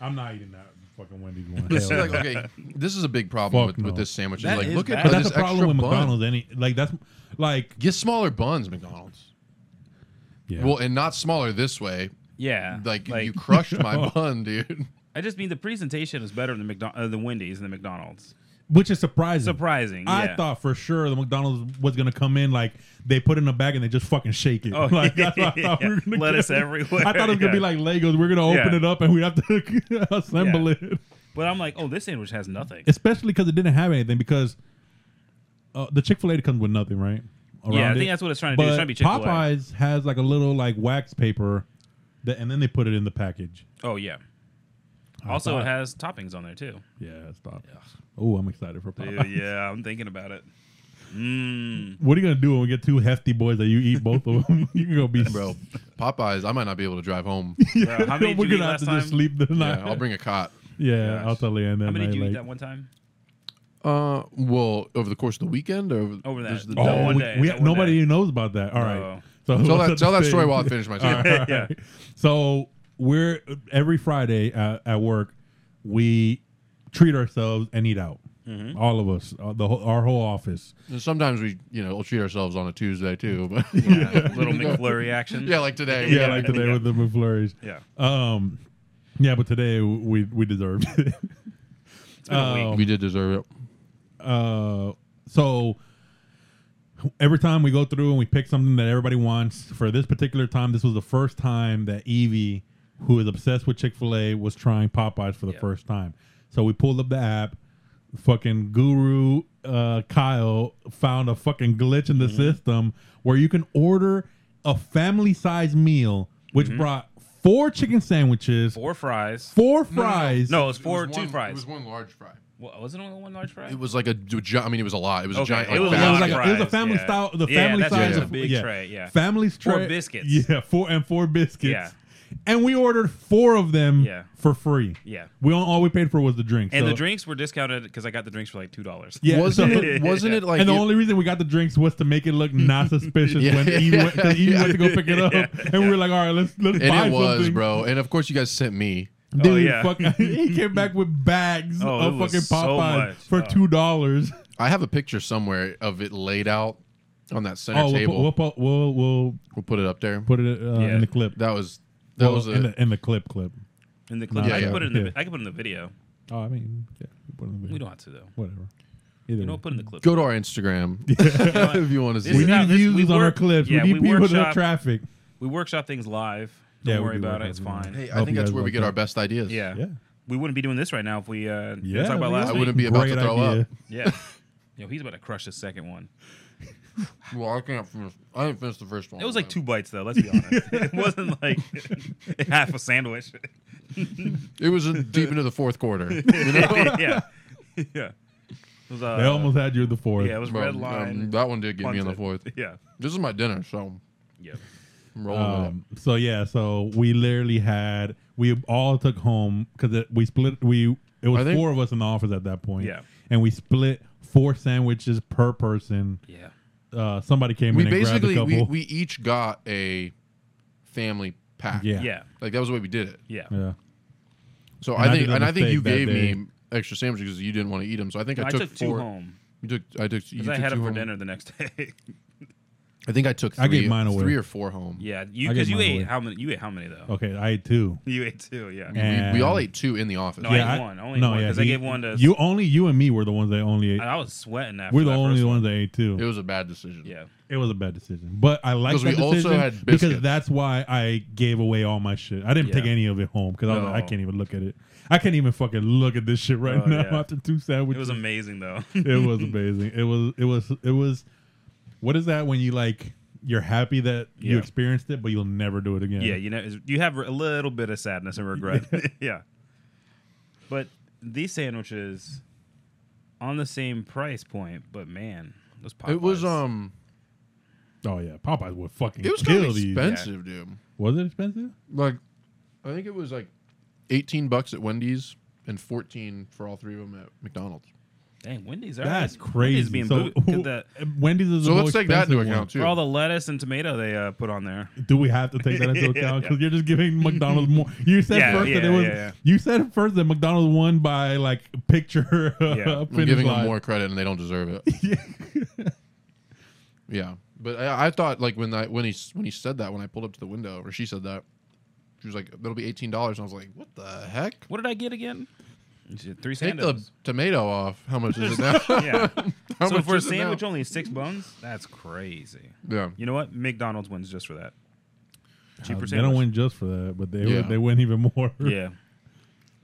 B: I'm not eating that fucking Wendy's one.
A: [LAUGHS] This is
B: Hell
A: like
B: no.
A: okay, this is a big problem
B: Fuck
A: with, with
B: no.
A: this sandwich. Is
C: That
A: like
C: is
A: look
C: bad.
A: at
B: But
A: bro,
B: that's
A: this
B: the problem
A: extra
B: with
A: bun.
B: McDonald's. Any like that's like
A: Get smaller buns, McDonald's.
B: yeah.
A: Well, and not smaller this way.
C: Yeah.
A: Like, you crushed
B: [LAUGHS]
A: my bun, dude.
C: I just mean the presentation is better than McDon- uh, the Wendy's and the McDonald's.
B: which is surprising.
C: Surprising.
B: I
C: yeah.
B: thought for sure the McDonald's was gonna come in like they put in a bag and they just fucking shake it.
C: Oh,
B: [LAUGHS]
C: [LAUGHS]
B: like, that's what I thought we were gonna
C: Lettuce
B: get.
C: everywhere,
B: I thought it was gonna be
C: yeah.
B: like Legos. We're gonna open
C: Yeah.
B: it up and we have to [LAUGHS] assemble
C: Yeah.
B: it.
C: But I'm like, oh, this sandwich has nothing.
B: Especially because it didn't have anything. Because uh, the Chick Fil A comes with nothing, right?
C: yeah, I
B: Around
C: think
B: it.
C: that's what it's trying to do. It's
B: But
C: trying to be Chick-fil-A.
B: Popeyes has like a little like wax paper, that, and then they put it in the package.
C: Oh yeah. Also,
B: thought-
C: it has toppings on
B: [LAUGHS]
C: there too.
B: Yeah, stop. Oh, I'm excited for Popeyes.
C: yeah, I'm thinking about it. Mm.
B: What are you gonna do when we get two hefty boys that you eat both of [LAUGHS] them? You're gonna be
A: Bro, Popeyes, I might not be able to drive
B: [LAUGHS]
A: home.
C: Bro, how many did
B: We're
C: you eat
B: gonna have
C: last
B: to
C: time?
B: just sleep the night.
A: Yeah, I'll bring a cot.
B: [LAUGHS] Yeah,
C: Gosh.
B: I'll tell you. And then
C: How many
B: I,
C: did you
B: like,
C: eat that
B: [LAUGHS]
C: one time?
A: Uh, well, over the course of the weekend, or over,
C: Over that-
A: there's the
C: Oh,
A: day.
B: [LAUGHS] Oh,
C: one
B: we-
C: day,
B: we-
C: that one
B: nobody
C: day.
B: even knows about that. All right.
C: Oh.
B: So
A: Tell
B: [LAUGHS] what's
A: that,
B: up
A: tell that
B: to
A: story
B: say?
A: while I finish my sandwich.
B: [LAUGHS] All right.
C: [LAUGHS] Yeah.
B: So we're every Friday at, at work, we treat ourselves and eat out.
C: Mm-hmm.
B: All of us, uh, the whole, our whole office.
A: And sometimes we, you know, treat ourselves on a Tuesday too. [LAUGHS] But
C: Little McFlurry
A: [LAUGHS]
C: action.
A: yeah, like today.
B: Yeah, like today
C: Yeah.
B: with the McFlurries.
C: Yeah.
B: Um, yeah, but today we we deserved it. Um,
C: It's been a week.
A: we did deserve it.
B: uh, so every time we go through and we pick something that everybody wants for this particular time this was the first time that evie who is obsessed with chick-fil-a was trying popeyes for the
C: Yeah.
B: first time so we pulled up the app fucking guru uh, kyle found a fucking glitch in the
C: Mm-hmm.
B: system where you can order a family-sized meal which
C: Mm-hmm.
B: brought four chicken sandwiches
C: Four fries.
B: four fries
C: No, it was four, two fries.
A: It was one large fry.
C: Wa- was it only one large fry?
A: It was like a, gi- I mean, it was a lot. It was a
C: Okay,
A: giant.
C: it was
B: It
A: basket.
B: was
C: lot
B: like
C: of
B: a, it was a
C: fries,
B: family
C: yeah.
B: style. The
C: Yeah,
B: family
C: that's
B: size
A: right,
B: of
A: the
C: big
B: yeah.
C: tray, yeah.
B: Family's
C: Four
B: tray.
C: biscuits.
B: Yeah, four and four biscuits.
C: Yeah.
B: And we ordered four of them
C: Yeah.
B: for free.
C: Yeah.
B: We all, all we paid for was the drinks.
C: and
B: so-
C: the drinks were discounted because I got the drinks for like two dollars.
B: Yeah.
A: [LAUGHS] Wasn't
B: so-
A: [LAUGHS] it? Wasn't it like?
B: [LAUGHS] and the
A: it-
B: only reason we got the drinks was to make it
C: [LAUGHS]
B: look not suspicious
A: Yeah.
B: when Eve went, 'cause Eve went to go pick it up,
C: Yeah.
B: and we were like, "All right, let's let's buy
A: and it was,
B: something."
A: bro. And of course, you guys sent me.
B: Dude,
C: Oh, yeah.
B: fuck, [LAUGHS] he came back with bags
C: Oh,
B: of
C: it was
B: fucking
C: so
B: Popeyes
C: much.
B: for
C: Oh.
B: two dollars.
A: I have a picture somewhere of it laid out on that center
B: Oh, we'll,
A: table.
B: put- we'll, put- we'll we'll
A: We'll put it up there.
B: put it uh,
C: Yeah.
B: in the clip.
A: that was that
B: Well,
A: was a,
B: in the in the clip clip.
C: In the clip,
A: Yeah,
C: I can
A: yeah.
C: put it in the.
B: Yeah.
C: I can put it in the video.
B: Oh, I mean, yeah, we put it in the video.
C: We don't have to though.
B: Whatever. Either
C: You know,
B: way.
C: put it in the clip.
A: go to our Instagram [LAUGHS] if you want to see.
C: This
A: it.
B: we
C: is
B: need
C: how- this-
B: views
C: we
B: on our
C: work-
B: clips.
C: yeah,
B: we
C: we
B: need people to
C: workshop-
B: traffic.
C: We workshop things live. Don't
B: Yeah, we
C: worry
B: do
C: about
B: work
C: it. It's
B: on
C: fine.
A: Hey, I
B: Hope
A: think
B: you
A: that's
B: guys
A: where we
B: like
A: get
B: that.
A: our best ideas.
C: Yeah.
B: Yeah.
C: We wouldn't be doing this right now if we uh didn't
B: Yeah,
C: talk about
B: we
C: last
A: I
B: would.
C: week.
A: wouldn't be about to
B: Great
A: throw
B: idea.
A: up.
C: Yeah. Yo, he's about to crush his second one.
A: Oh, Well, I can't finish. I didn't finish the first one.
C: It was like two bites though, let's be honest. it wasn't like [LAUGHS] half a sandwich.
A: It was
C: [LAUGHS]
A: in- deep into the fourth quarter.
C: yeah. Yeah. It was, uh,
B: They almost had you in the fourth.
C: yeah, it was
A: Well,
C: red
A: um,
C: line.
A: that one did get me in the fourth.
C: punted. Yeah.
A: This is my dinner, so
C: Yeah.
A: I'm rolling with
B: Um, so yeah, so we literally had we all took home because we split. We it
A: I
B: was
A: think-
B: four of us in the office at that point.
C: Yeah.
B: and we split four sandwiches per person.
C: Yeah.
B: Uh, somebody came
A: it. We
B: in and grabbed a
A: basically
B: couple.
A: we, we each got a family pack.
B: yeah,
C: Yeah.
A: like that was the way we did it.
C: Yeah.
B: yeah.
A: So
B: And
A: I
B: I
A: think
B: did a
A: and I think you
B: mistake that
A: gave me extra sandwiches because you didn't want to eat them. So I think I,
C: I
A: took,
C: took two
A: four.
C: home
A: You took I took you
C: because I
A: took
C: had
A: two
C: them for
A: home.
C: dinner the next day. [LAUGHS]
A: I think I took. Three,
B: I gave mine away.
A: Three or four home.
C: yeah, you
B: I gave
C: because you
B: mine
C: ate
B: away.
C: how many? You ate how many though?
B: Okay, I ate two.
C: You ate two. Yeah.
B: Yeah.
A: We, we all
B: And-
A: ate two in the office.
C: No, I
B: yeah,
C: ate one, only one, 'cause I
B: he-
C: gave one to-
B: you. Only you and me were the ones that only ate.
C: And I was sweating after.
B: we're the
C: that
B: only
C: first
B: ones that ate two.
A: It was a bad decision.
C: Yeah.
B: It was a bad decision, but I like
A: 'Cause
B: that
A: we also
B: decision
A: had biscuits.
B: because that's why I gave away all my shit. I didn't
C: Yeah.
B: take any of it home because I was like,
C: No.
B: I can't even look at it. I can't even fucking look at this shit right
C: Oh,
B: now
C: yeah.
B: after two
C: It
B: sandwiches.
C: was amazing though. [LAUGHS]
B: [LAUGHS] it was amazing. It was. It was. It was. What is that when you like? You're happy that you
C: Yeah.
B: experienced it, but you'll never do it again.
C: yeah, you know, it's- you have a little bit of sadness
B: [LAUGHS]
C: and regret. [LAUGHS] yeah. But these sandwiches on the same price point, but man, those Popeyes.
A: It was um.
B: Oh yeah, Popeyes would fucking
A: It was kind
B: kill
A: of
B: these.
A: expensive, dude.
B: Was it expensive?
A: Like, I think it was like eighteen bucks at Wendy's and fourteen for all three of them at McDonald's.
C: Dang, Wendy's. all
B: That's
C: right.
B: crazy.
C: Wendy's being
B: so
C: booed. 'Cause that-
B: Wendy's is a
A: So
B: more
A: let's take that
B: expensive
A: into account
B: one.
A: too.
C: for all the lettuce and tomato they uh, put on there.
B: Do we have to take that
C: [LAUGHS]
B: into account? Because you're just giving McDonald's more. You said
C: Yeah,
B: first that it
C: yeah,
B: was.
C: yeah, yeah.
B: You said first that McDonald's won by like picture. [LAUGHS]
C: Yeah.
A: I'm
B: finish
A: giving
B: line.
A: them more credit and they don't deserve it.
B: Yeah.
A: Yeah, but I, I thought like when I when he s- when he said that when I pulled up to the window or she said that, she was like, "That'll be eighteen dollars," and I was like, "What the heck?"
C: What did I get again? Three
A: Take
C: sandwiches.
A: the tomato off. How much is it now?
B: [LAUGHS]
C: yeah.
A: [LAUGHS]
C: [LAUGHS]
A: How
C: so
A: much
C: for a
A: is it now?
C: sandwich, only six buns. That's crazy.
A: Yeah,
C: You know what? McDonald's wins just for that. Cheaper
B: Uh,
C: sandwich.
B: they don't win just for that, but they
A: Yeah.
B: they win even more. [LAUGHS]
C: Yeah,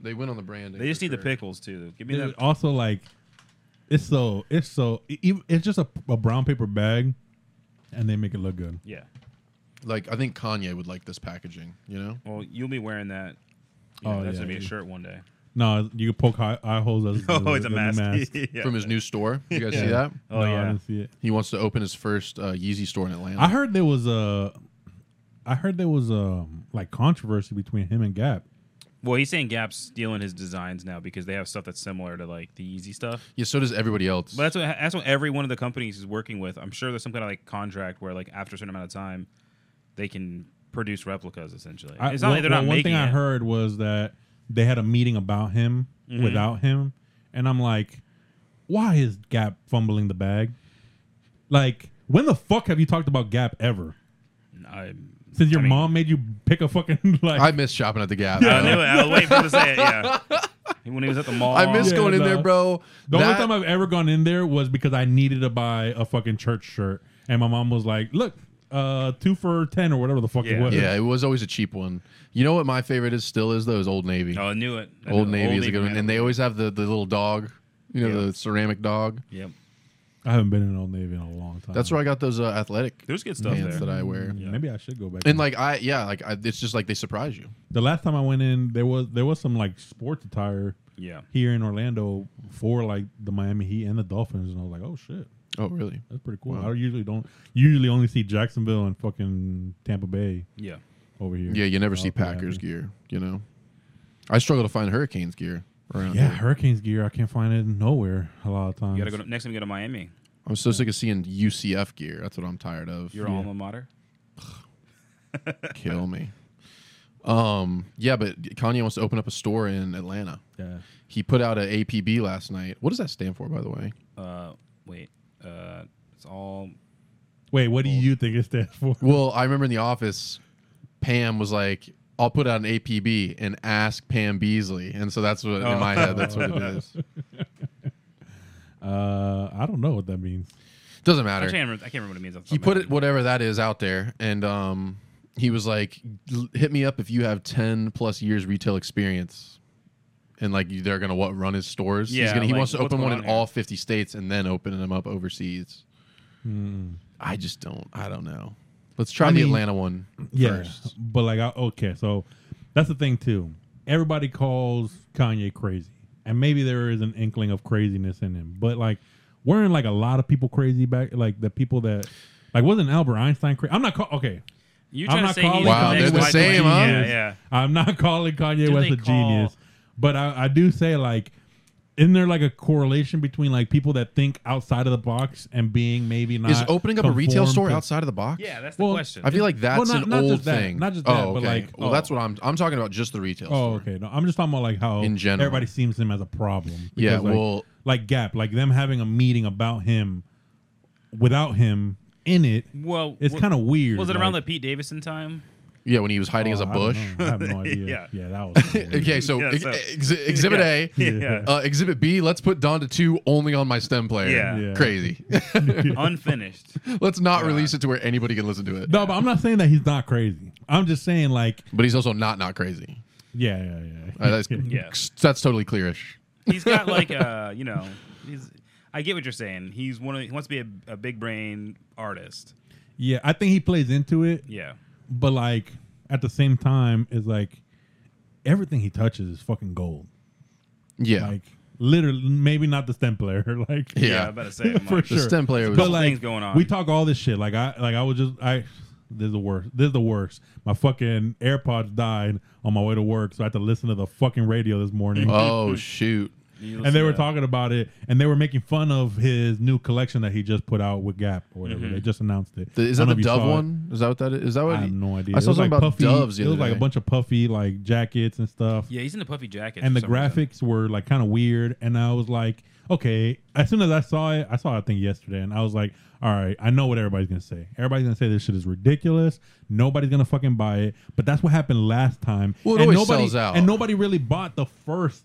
A: they went on the brand.
C: they just need the pickles too. Give me
B: Dude,
C: that.
B: also like it's so it's so e- e- it's just a, a brown paper bag and they make it look good
C: Yeah.
A: Like I think Kanye would like this packaging. You know,
C: Well, you'll be wearing that. You
B: Oh,
C: know, that's
B: yeah,
C: gonna be a
B: yeah.
C: shirt
B: [LAUGHS]
C: one day.
B: no you can poke eye, eye holes as
C: [LAUGHS] Oh, it's a
B: in the
C: mask.
B: [LAUGHS]
C: Yeah.
A: from his new store. You guys see
B: Yeah.
A: that?
C: Oh
B: No, I
C: [LAUGHS] yeah.
B: didn't see it.
A: He wants to open his first uh, Yeezy store in Atlanta.
B: i heard there was a i heard there was a like controversy between him and gap
C: Well, he's saying Gap's stealing his designs now because they have stuff that's similar to like the Easy stuff.
A: yeah, so does everybody else.
C: But that's what that's what every one of the companies is working with. I'm sure there's some kind of like contract where like after a certain amount of time, they can produce replicas essentially.
B: I-
C: it's not like they're not
B: one
C: making
B: thing i
C: it.
B: heard was that they had a meeting about him
C: Mm-hmm.
B: without him and i'm like why is gap fumbling the bag like when the fuck have you talked about gap ever
C: I,
B: Since your
C: I mean-
B: mom made you pick a fucking [LAUGHS] like,
A: I miss shopping at the Gap.
C: I knew it. I was waiting for him to say it.
B: [LAUGHS]
C: Yeah. When he was at the mall.
A: I miss
B: Yeah,
A: going in
B: nah.
A: there, bro.
B: the only
A: That-
B: time I've ever gone in there was because I needed to buy a fucking church shirt, and my mom was like, "Look, uh, two for ten or whatever the fuck it
C: Yeah.
B: was."
A: yeah, it was always a cheap one. You know what my favorite is still is though is Old Navy.
C: Oh, I knew it. I
A: Old
C: knew it.
A: Navy is a good one,
C: man.
A: and they always have the, the little dog, you know,
C: Yeah.
A: the ceramic dog.
C: Yep.
B: I haven't been in Old Navy in a long time.
A: That's where I got those uh, athletic
C: There's good stuff
A: pants
C: there.
A: that I wear.
B: Mm, Maybe I should go back.
A: And like I, yeah, like I, it's just like they surprise you.
B: the last time I went in, there was there was some like sports attire
C: yeah.
B: here in Orlando for like the Miami Heat and the Dolphins, and I was like, "Oh shit,
A: Oh, really?
B: that's pretty cool." I usually don't usually only see Jacksonville and fucking Tampa Bay
C: Yeah.
B: over here.
A: Yeah, you
C: Oh,
A: never see
B: I'll be happy.
A: Packers gear. You know, I struggle to find Hurricanes gear around.
B: Yeah,
A: here.
B: Hurricanes gear. I can't find it nowhere a lot of times.
C: You gotta go to, next time you go to Miami.
A: I'm so sick of seeing UCF gear. That's what I'm tired of.
C: Your
B: Yeah.
C: alma mater.
A: Kill me. Um, yeah, but Kanye wants to open up a store in Atlanta.
B: yeah.
A: He put out a APB last night. What does that stand for, by the way?
C: Uh, wait. Uh, it's all.
B: Wait, what do you think it stands for?
A: Well, I remember in the office, Pam was like, "I'll put out an APB and ask Pam Beasley," and so that's what in my head that's what it is.
B: Uh, I don't know what that means.
A: Doesn't
C: I can't
A: matter.
C: remember, I can't remember what it means. off the
A: He
C: top of
A: put
C: my
A: it whatever that is out there, and um, he was like, "L- "Hit me up if you have ten plus years retail experience." And like they're gonna what run his stores? He's
C: Yeah,
A: gonna, he
C: like,
A: wants to
C: what's
A: open one
C: going
A: in
C: on
A: all
C: here?
A: fifty states and then open them up overseas.
C: Hmm.
A: I just don't. I don't know. Let's try
B: I
A: the
B: mean,
A: Atlanta one
B: Yeah,
A: first.
B: but like, I, okay, so that's the thing too. Everybody calls Kanye crazy, and maybe there is an inkling of craziness in him. But like, weren't like a lot of people crazy back? Like the people that, like, wasn't Albert Einstein crazy? I'm not call, okay.
C: You
B: I'm
C: trying to
B: not
C: say he's
B: calling
A: Wow,
C: the
B: Kanye
A: they're
C: next
A: the
C: Michael
A: same,
C: Jackson.
A: huh?
C: Yeah, yeah.
B: I'm not calling Kanye
C: Do
B: West
C: they
B: a genius,
C: call-
B: but I, I do say like, isn't there like a correlation between like people that think outside of the box and being maybe not
A: Is opening up a retail
B: conform
A: store
B: to-
A: outside of the box?
C: Yeah, that's the
B: Well,
C: question.
A: I feel like that's
B: not-
A: an
B: not
A: old
B: just that.
A: thing.
B: Not just
A: oh,
B: that,
A: okay.
B: but like-
A: well,
B: oh.
A: that's what I'm. I'm talking about just the retail.
B: Oh,
A: store.
B: okay. No, I'm just talking about like how
A: In general.
B: everybody sees him as a problem.
A: Yeah,
B: Because, like,
A: well-
B: like Gap, like them having a meeting about him, without him in it,
C: Well,
B: it's
C: wa-
B: kind of weird.
C: Was it around
B: like-
C: the Pete Davidson time?
A: Yeah, when he was hiding as
B: Oh,
A: a
B: I don't
A: bush.
B: know. I,
A: [LAUGHS]
B: have no idea. yeah.
C: Yeah.
B: that was. weird.
A: Okay, so,
C: Yeah,
A: ex-
C: so-
A: ex- exhibit
C: Yeah. [LAUGHS]
A: A.
B: [LAUGHS]
C: Yeah.
A: Uh, exhibit B. Let's put Donda two only on my stem player.
C: Yeah.
B: Yeah.
A: crazy. [LAUGHS]
C: Unfinished.
A: let's not release it to where anybody can listen to it.
B: No, but I'm not saying that he's not crazy. I'm just saying like,
A: But he's also not not crazy.
B: yeah, yeah, [LAUGHS] yeah.
A: Uh, that's,
C: Yeah.
A: that's totally clearish.
C: He's got like a, you know, he's. I get what you're saying. He's one of. He wants to be a, a big brain artist.
B: yeah, I think he plays into it,
C: Yeah.
B: but like at the same time, is like everything he touches is fucking gold.
A: Yeah,
B: Like literally, maybe not the stem player. [LAUGHS] Like
A: Yeah.
C: I
B: [LAUGHS]
C: better say. I'm
B: For
C: like,
A: the
B: sure.
A: stem player was.
B: but
C: Couple
B: like
C: things going on.
B: we talk all this shit. Like I like I was just I this is the worst. This is the worst. My fucking
C: [LAUGHS]
B: [LAUGHS] AirPods died on my way to work, so I had to listen to the fucking radio this morning.
A: oh shoot.
C: Needless
B: and they
C: to
B: were
C: know.
B: talking about it, and they were making fun of his new collection that he just put out with Gap or whatever.
C: Mm-hmm.
B: They just announced it.
A: The- is that the
B: I don't know if you
A: dove
B: saw it.
A: one? Is that what that is? Is that what
B: I have no idea.
A: I
B: It
A: saw
B: was
A: something
B: like
A: about
B: puffy,
A: doves. The
B: It was
A: other
B: like a
A: day.
B: bunch of puffy like jackets and stuff.
C: Yeah, he's in the puffy jacket.
B: and
C: for
B: the
C: some reason.
B: graphics were like kind of weird. And I was like, okay. As soon as I saw it, I saw it, I think yesterday, and I was like, all right, I know what everybody's gonna say. Everybody's gonna say this shit is ridiculous. Nobody's gonna fucking buy it. But that's what happened last time.
A: Well, it
B: and
A: always
B: nobody,
A: sells out.
B: And nobody really bought the first,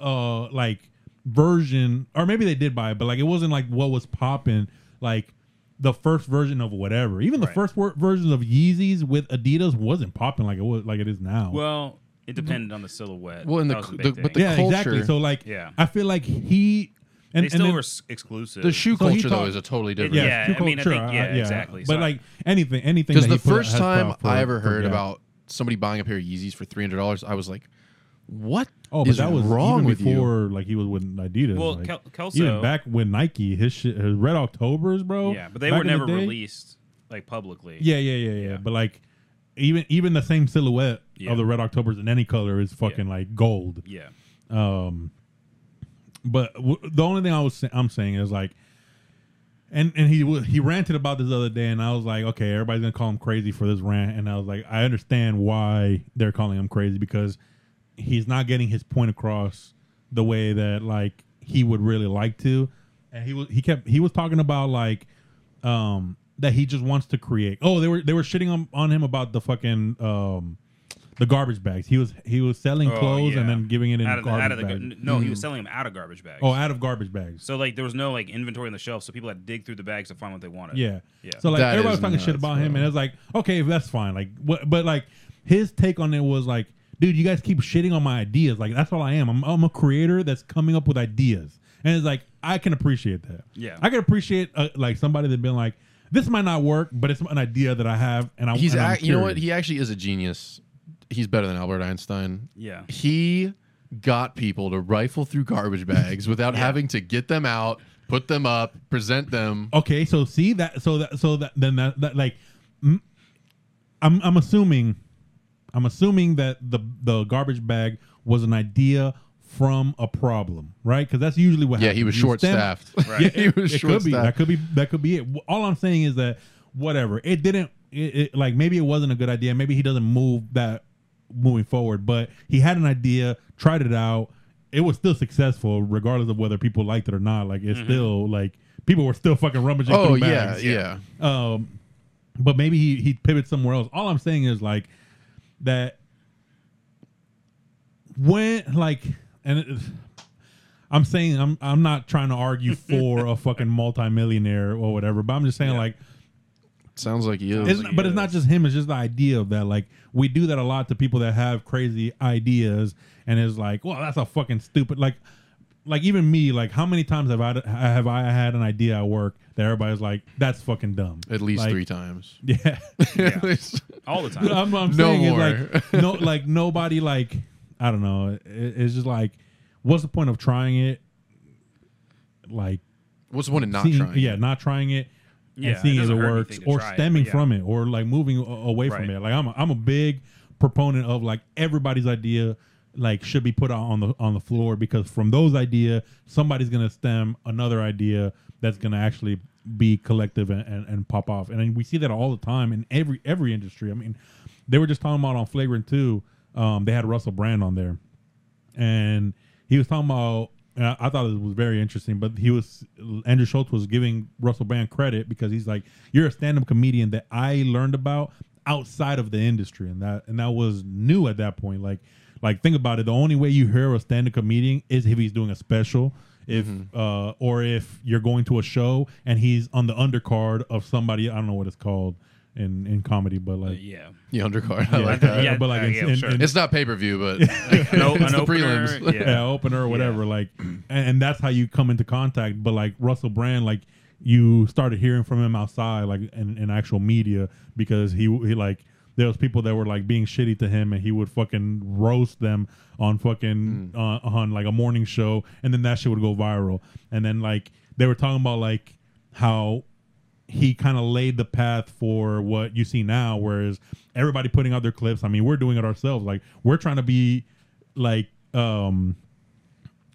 B: uh, like version, or maybe they did buy it, but like it wasn't like what was popping, like. The first version of whatever, even the
C: Right.
B: first wor- version of Yeezys with Adidas wasn't popping like it was like it is now.
C: Well, it depended on the silhouette.
A: Well, and
C: That
A: the-
C: was a
A: the-
C: big
A: but
C: thing.
A: the-
B: yeah, exactly.
A: culture-
B: So like,
C: Yeah.
B: I feel like he and,
C: they still
B: and then-
C: were s- exclusive.
A: the shoe
B: So he
A: culture though
B: talked-
A: is a totally different.
B: yeah,
C: Yeah,
B: shoe
C: I mean, I
B: culture,
C: think- yeah, exactly.
B: But
C: So I-
B: like anything, anything
A: Because
B: that
A: the
B: he put out
A: first
B: has
A: time
B: prob- for-
A: I ever
B: for
A: heard
B: Gap.
A: about somebody buying a pair of Yeezys for three hundred dollars, I was like, "What
B: oh, but
A: is
B: that was
A: wrong
B: even
A: with you?"
B: before like he was with Adidas.
C: Well,
B: like,
C: Kel- Kelso-
B: even back when Nike, his shit, his Red Octobers, bro.
C: yeah, but they
B: back
C: were
B: in the
C: never
B: day-
C: released like publicly.
B: Yeah, yeah, yeah, yeah, But like, even even the same silhouette
C: Yeah.
B: of the Red Octobers in any color is fucking like gold.
C: yeah.
B: Um, but w- the only thing I was sa- I'm saying is like, and and he w- he ranted about this the other day, and I was like, okay, everybody's gonna call him crazy for this rant, and I was like, I understand why they're calling him crazy because he's not getting his point across the way that like he would really like to, and he was he kept he was talking about like um that he just wants to create. Oh, they were they were shitting on, on him about the fucking um the garbage bags. He was he was selling
C: Oh,
B: clothes
C: yeah.
B: and then giving it in
C: out of the,
B: garbage
C: out of the
B: bags. Mm-hmm.
C: gar- no, he was selling them out of garbage bags.
B: Oh, out of garbage bags.
C: so like there was no like inventory on the shelf, so people had to dig through the bags to find what they wanted.
B: Yeah.
C: yeah.
B: So like
A: That
B: everybody
A: is
B: was talking shit
A: nuts,
B: about
A: bro.
B: him, and it was like, okay, that's fine. Like, what? But like, his take on it was like, dude, you guys keep shitting on my ideas. Like, that's all I am. I'm, I'm a creator that's coming up with ideas, and it's like I can appreciate that.
C: Yeah.
B: I can appreciate uh, like somebody that's been like, this might not work, but it's an idea that I have, and I.
A: He's
B: and I'm
A: ac you know what?
B: curious."
A: He actually is a genius. He's better than Albert Einstein.
C: yeah,
A: He got people to rifle through garbage bags without having to get them out, put them up, present them.
B: Okay, so see that, so that, so that, then that, that like, mm, I'm, I'm assuming, I'm assuming that the the garbage bag was an idea from a problem, right? Because that's usually what.
A: yeah,
B: happens.
A: he was
B: You
A: short
B: stem-
A: staffed.
B: [LAUGHS]
C: Right. Yeah,
A: [LAUGHS] he was
B: It could
A: short
B: be that
A: staffed.
B: could be that could be it. Wh- All I'm saying is that whatever it didn't, it, it, like maybe it wasn't a good idea. Maybe he doesn't move that moving forward, but he had an idea, tried it out. It was still successful, regardless of whether people liked it or not. Like it's still like people were still fucking rummaging
A: Mm-hmm. Oh
B: through
A: yeah,
B: bags.
A: yeah.
B: Um, but maybe he he pivots somewhere else. All I'm saying is like that when like and it, I'm saying I'm I'm not trying
A: [LAUGHS]
B: to argue for a fucking multimillionaire or whatever, but I'm just saying like
A: Sounds like he is.
B: it's, but it's not just him. It's just the idea of that. Like we do that a lot to people that have crazy ideas, and it's like, well, that's a fucking stupid. Like, like even me. Like, how many times have I have I had an idea at work that everybody's like, that's fucking dumb.
A: At least
B: Like,
A: three times.
B: [LAUGHS] Yeah.
A: [LAUGHS] At least-
B: [LAUGHS]
C: all the time.
B: I'm, I'm
A: No
B: saying is
A: more. [LAUGHS]
B: like no, like nobody like I don't know. It, it's just like, what's the point of trying it? Like
A: What's the point in not
B: seeing-
A: trying?
B: Yeah, not trying it.
C: Yeah,
B: and
C: it
B: seeing if it
C: doesn't hurt
B: works
C: anything to
B: or
C: try it,
B: stemming
C: but yeah.
B: from it or like moving a- away from
C: Right.
B: it. Like I'm a, I'm a big proponent of like everybody's idea like should be put out on the on the floor because from those idea somebody's gonna stem another idea that's gonna actually be collective and, and, and pop off and, we see that all the time in every every industry i mean they were just talking about on flagrant 2 um, they had russell brand on there and he was talking about. And I, I thought it was very interesting, but he was Andrew Schultz was giving Russell Brand credit because he's like, "You're a stand-up comedian that I learned about outside of the industry, and that and that was new at that point. Like, like think about it. The only way you hear a stand-up comedian is if he's doing a special, if uh, or if you're going to a show and he's on the undercard of somebody. I don't know what it's called in in comedy, but like,
C: yeah,
A: The undercard. I
B: yeah,
A: like that.
C: Yeah,
B: but like
C: uh,
B: in-
C: yeah,
B: in-
C: sure.
B: in-
A: It's not pay per view,
B: [LAUGHS]
A: but
C: an, o-
A: it's
C: an
A: the
C: opener.
A: prelims.
C: Yeah.
B: yeah, opener or whatever. Like, [CLEARS THROAT] and, and that's how you come into contact. But like Russell Brand, like you started hearing from him outside, like in, in actual media, because he he like there was people that were like being shitty to him, and he would fucking roast them on fucking uh, on like a morning show, and then that shit would go viral. And then like they were talking about like how he kind of laid the path for what you see now, whereas everybody putting out their clips. I mean, we're doing it ourselves. Like we're trying to be like um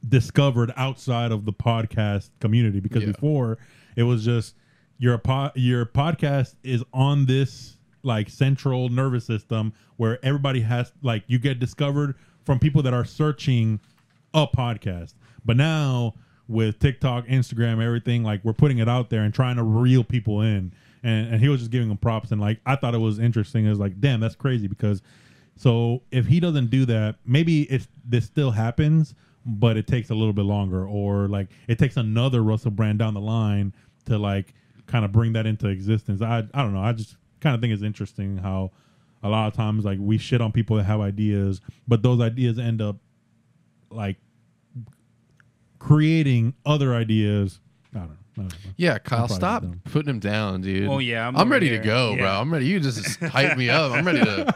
B: discovered outside of the podcast community because
A: Yeah.
B: before it was just your po- your podcast is on this like central nervous system where everybody has like you get discovered from people that are searching a podcast. But now with TikTok, Instagram, everything, like we're putting it out there and trying to reel people in. And, and he was just giving them props. And like, I thought it was interesting. It was like, damn, that's crazy because so if he doesn't do that, maybe it's this still happens, but it takes a little bit longer or like it takes another Russell Brand down the line to like kind of bring that into existence. I, I don't know. I just kind of think it's interesting how a lot of times like we shit on people that have ideas, but those ideas end up like creating other ideas. I don't know. I don't know.
A: Yeah, Kyle,
B: probably
A: stop
B: dumb.
A: putting him down, dude.
C: Oh, yeah,
A: I'm,
C: I'm over
A: ready
C: here.
A: to go, bro.
C: Yeah.
A: I'm ready. You
C: [LAUGHS]
A: just hype me up. I'm ready to.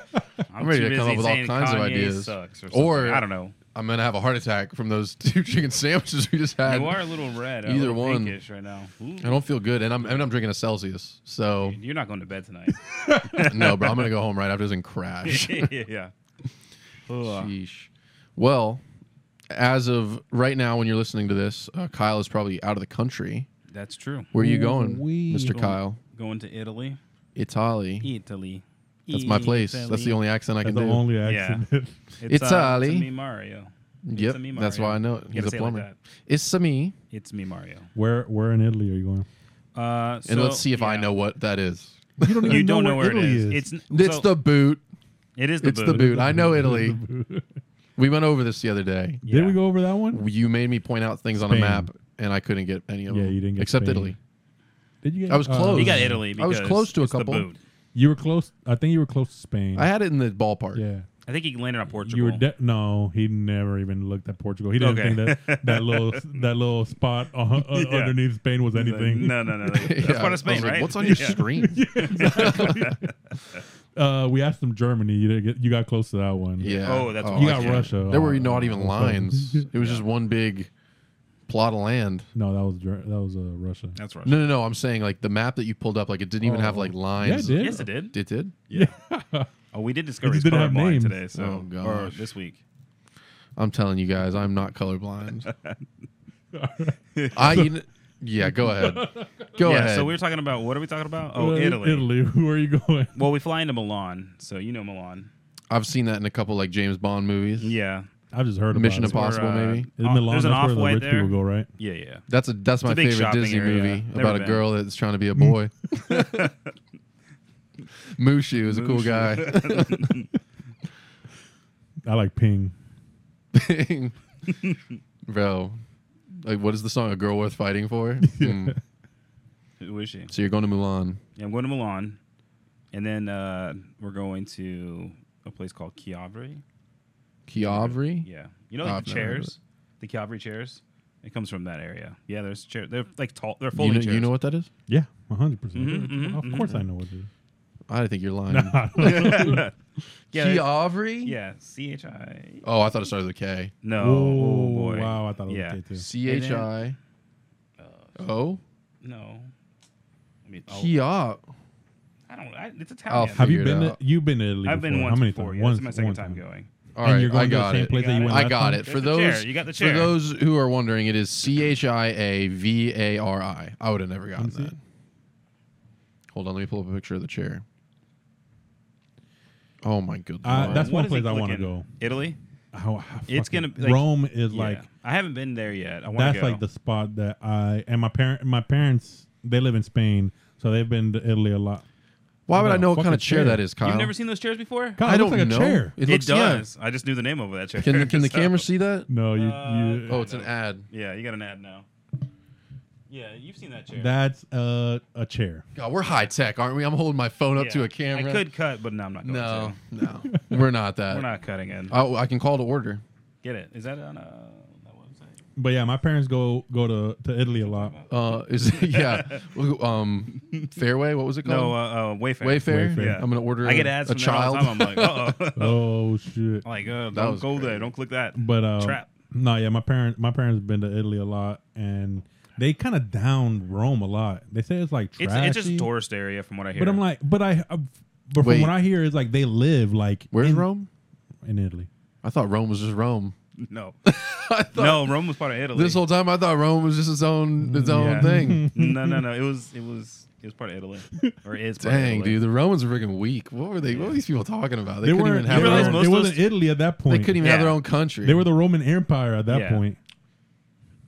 A: I'm ready
C: too
A: to come
C: busy
A: up with all
C: saying
A: kinds of
C: Kanye
A: ideas.
C: Sucks or,
A: Or-
C: something. I don't know.
A: I'm gonna have a heart attack from those [LAUGHS] two chicken sandwiches we just had.
C: You are a little red. a
A: either
C: little
A: one.
C: pinkish right now. Ooh.
A: I don't feel good, and I'm and I'm drinking a Celsius.
C: [LAUGHS]
A: So
C: You're not going to bed
A: [LAUGHS]
C: tonight.
A: no, bro. I'm gonna go home right after this and crash.
C: [LAUGHS] yeah. Ugh.
A: [LAUGHS] Sheesh. Well, as of right now, when you're listening to this, uh, Kyle is probably out of the country.
C: That's true.
A: Where are you going,
B: Ooh-wee.
A: Mr.
C: Going-
A: Kyle?
C: Going to Italy.
A: Italy.
C: Italy.
A: That's my place. That's the only accent I
B: That's
A: can
B: the
A: do.
B: only
C: Yeah.
B: accident.
C: It's, uh,
A: Italy.
C: it's me Mario.
A: Yep,
C: It's a me,
A: that's
C: Mario.
A: why I know it.
C: You
A: He's
C: gotta
A: a
C: say it like
A: plumber.
C: that.
A: it's a me,
C: It's me Mario.
B: [LAUGHS] Where where in Italy are you going?
C: Uh,
A: and
C: so-
A: let's see if I
C: yeah.
A: know what that is.
B: You don't,
C: You don't know where it is. It's n-
A: It's
C: so-
A: the boot.
C: it is the
A: It's the
C: boot.
A: boot. I know Italy.
B: [LAUGHS]
A: We went over this the other day.
B: Did
C: Yeah.
B: we go over that one?
A: You made me point out things on a
B: Spain.
A: map, and I couldn't get any of
B: Yeah,
A: them.
B: you didn't get
A: except
B: Spain.
A: Italy.
B: Did you? Get, Uh,
A: I was close.
C: You got Italy.
A: I was
C: because
A: close to a
C: it's the
A: couple.
C: boot.
B: You were close. I think you were close to Spain.
A: I had it in the ballpark.
B: yeah.
C: I think he landed on Portugal.
B: You were de- no. He never even looked at Portugal. He didn't
C: Okay.
B: think that that
C: [LAUGHS]
B: little that little spot uh, uh,
C: Yeah.
B: underneath Spain was
C: He's like,
B: anything.
C: [LAUGHS] No,
A: [LAUGHS]
C: no, no.
A: [LAUGHS]
C: That's
A: Yeah,
C: part
A: I
C: of
A: was
C: Spain,
A: like,
C: right?
A: What's on your
C: [LAUGHS] Yeah.
A: screen?
B: Uh, we asked him Germany. You didn't get. You got close to that one.
A: Yeah.
C: Oh, that's
B: You
A: I
B: got
A: can't-
B: Russia.
A: There
B: Oh,
A: were not
B: I'm
A: even
B: sorry.
A: lines. It
C: [LAUGHS]
A: was just one big plot of land.
B: [LAUGHS] No, that was Ger- that was uh, Russia.
C: That's right.
A: No, no, no. I'm saying like the map that you pulled up, like it didn't even have like lines.
B: Yeah, it did.
C: Yes, Oh. it did.
A: It did.
C: Oh, we did discover
B: just
C: he's
B: didn't have
C: colorblind
B: names.
C: today. So,
A: Oh,
C: or
A: gosh.
C: this week.
A: I'm telling you guys, I'm not
C: [LAUGHS]
A: colorblind. I, you kn- yeah, go ahead. Go
C: yeah.
A: ahead.
C: So we were talking about what are we talking about? Oh,
B: Uh,
C: Italy.
B: Italy. [LAUGHS] Where are you going?
C: Well, we fly into Milan, so you know Milan.
A: I've seen that in a couple like James Bond movies.
C: Yeah.
B: I've just heard
A: Mission
B: about it.
A: Impossible. Possible, maybe.
B: Is
C: off-
B: Milan,
C: uh, there's an
B: that's
C: off
B: where the
C: white
B: rich
C: there.
B: people go, right?
C: Yeah, yeah.
A: That's a that's my
C: a big
A: favorite
C: shopping
A: Disney
C: area.
A: movie
C: Never
A: about a
C: been.
A: girl that's trying to be a
C: [LAUGHS]
A: boy. Mushu is a cool
C: Mushu.
A: guy.
B: I like Ping.
C: [LAUGHS]
A: thing. Bro, like, what is the song? A Girl Worth Fighting For?
C: [LAUGHS]
A: Hmm. [LAUGHS]
C: Who is she?
A: So you're going to Milan.
C: Yeah, I'm going to Milan, and then uh, we're going to a place called Chiavri.
A: Chiavri?
C: Yeah, you know
A: Oh,
C: like
A: I've
C: the
A: never heard of
C: chairs, the Chiavri chairs. It comes from that area. Yeah, there's chairs. They're like tall. They're
A: You,
C: folding
A: know,
C: chairs.
A: you know what that is?
B: Yeah, 100%. percent
C: Mhm, mhm,
B: of course I know what it is.
A: I think you're
C: [LAUGHS]
A: lying.
C: yeah, that-
A: Chiavri?
C: yeah. C H I.
A: Oh, I thought it started with a K.
C: No.
B: Whoa,
C: oh boy.
B: Wow, I thought it was
C: Yeah.
B: K too.
A: C H I
C: Uh, oh.
A: O?
C: No. I mean, oh,
A: Chiav.
C: I don't. I, it's
A: I'll
C: Italian.
B: Have you
A: Figure it
B: been?
A: out.
B: To, you've been to Italy?
C: I've been
B: before.
C: once
B: How many
C: before.
B: times?
C: Yeah, this is my second
B: one
C: time going.
A: All
B: and
A: right,
B: you're going
A: I
B: to the
A: got
B: same
A: it.
B: place that
C: got
B: you
C: it.
B: went.
A: I
B: last
A: got
B: time?
A: it. For
C: There's the chair.
A: those
C: You got the
A: for
C: chair.
A: those who are wondering, it is C H I A V A R I. I would have never gotten
B: see.
A: that. Hold on, let me pull up a picture of the chair. Oh my goodness.
B: Uh, that's
C: What
B: one
C: is he
B: place I wanna
C: clicking?
B: go.
C: Italy.
B: How- how
C: It's
B: fucking-
C: gonna be, like-
B: Rome is
C: Yeah.
B: like
C: I haven't been there yet. I want to
B: that's like the spot that I and my parent my parents they live in Spain, so they've been to Italy a lot.
A: Why would
B: What
A: I
B: a
A: know what kind
B: fucking
A: of chair
B: chair.
A: that is, Kyle?
C: You've never seen those chairs before?
B: God, it
A: I
B: looks
A: don't
B: like a
A: know.
B: chair.
C: It,
A: looks- yeah.
C: does. I just knew the name of that chair.
A: Can can the
C: [LAUGHS] So-
A: camera see that?
B: No, you,
C: Uh,
B: you
A: Oh, it's an ad.
C: Yeah, you got an ad now. Yeah, you've seen that chair.
B: that's a a chair.
A: God, we're high tech, aren't we? I'm holding my phone up
C: Yeah.
A: to a camera.
C: I could cut, but no, I'm not going
A: No,
C: to.
A: no,
C: [LAUGHS]
A: we're not that.
C: We're not cutting it.
A: Oh, I can call to order.
C: Get it? Is that on uh, that website?
B: But yeah, my parents go go to, to Italy a lot.
A: Uh, is [LAUGHS]
C: [LAUGHS]
A: yeah, um, Fairway. What was it
C: No,
A: called?
C: uh, uh, Wayfair.
A: Wayfair.
B: Wayfair.
A: I'm gonna order.
C: I get
A: a-
C: ads
A: a
C: from there all
A: child.
C: the time. I'm like,
A: [LAUGHS]
C: uh oh.
B: Oh shit!
C: like, uh,
A: was
C: don't go
A: crazy.
C: there. Don't click that.
B: But uh,
C: Trap.
B: No, yeah, my parents my parents been to Italy a lot, and they kind of down Rome a lot. They say it's like
C: It's,
B: trashy,
C: it's just a tourist area from what I hear.
B: But I'm like, but I, uh, but
A: Wait.
B: from what I hear is like they live like
A: Where's
B: in,
A: Rome?
B: in Italy.
A: I thought Rome [LAUGHS] was just Rome.
B: [LAUGHS]
C: No,
A: I thought-
C: no, Rome was part of Italy.
A: This whole time, I thought Rome was just its own its own
C: Yeah.
A: thing.
C: [LAUGHS] no,
B: [LAUGHS]
C: no, no. It was it was it was part of Italy, or is part
A: Dang,
C: of Italy.
A: dude, the Romans were freaking weak. What were they? What were these people talking about? They,
B: They
A: couldn't
B: weren't.
A: even
B: They,
A: have. Their
C: realize
A: own,
B: were,
C: most
B: they
C: of
B: wasn't
C: those-
B: Italy at that
A: they
B: point.
A: couldn't even have
C: Yeah.
A: their own country. Oh.
B: They were the Roman Empire at that
C: Yeah.
B: point.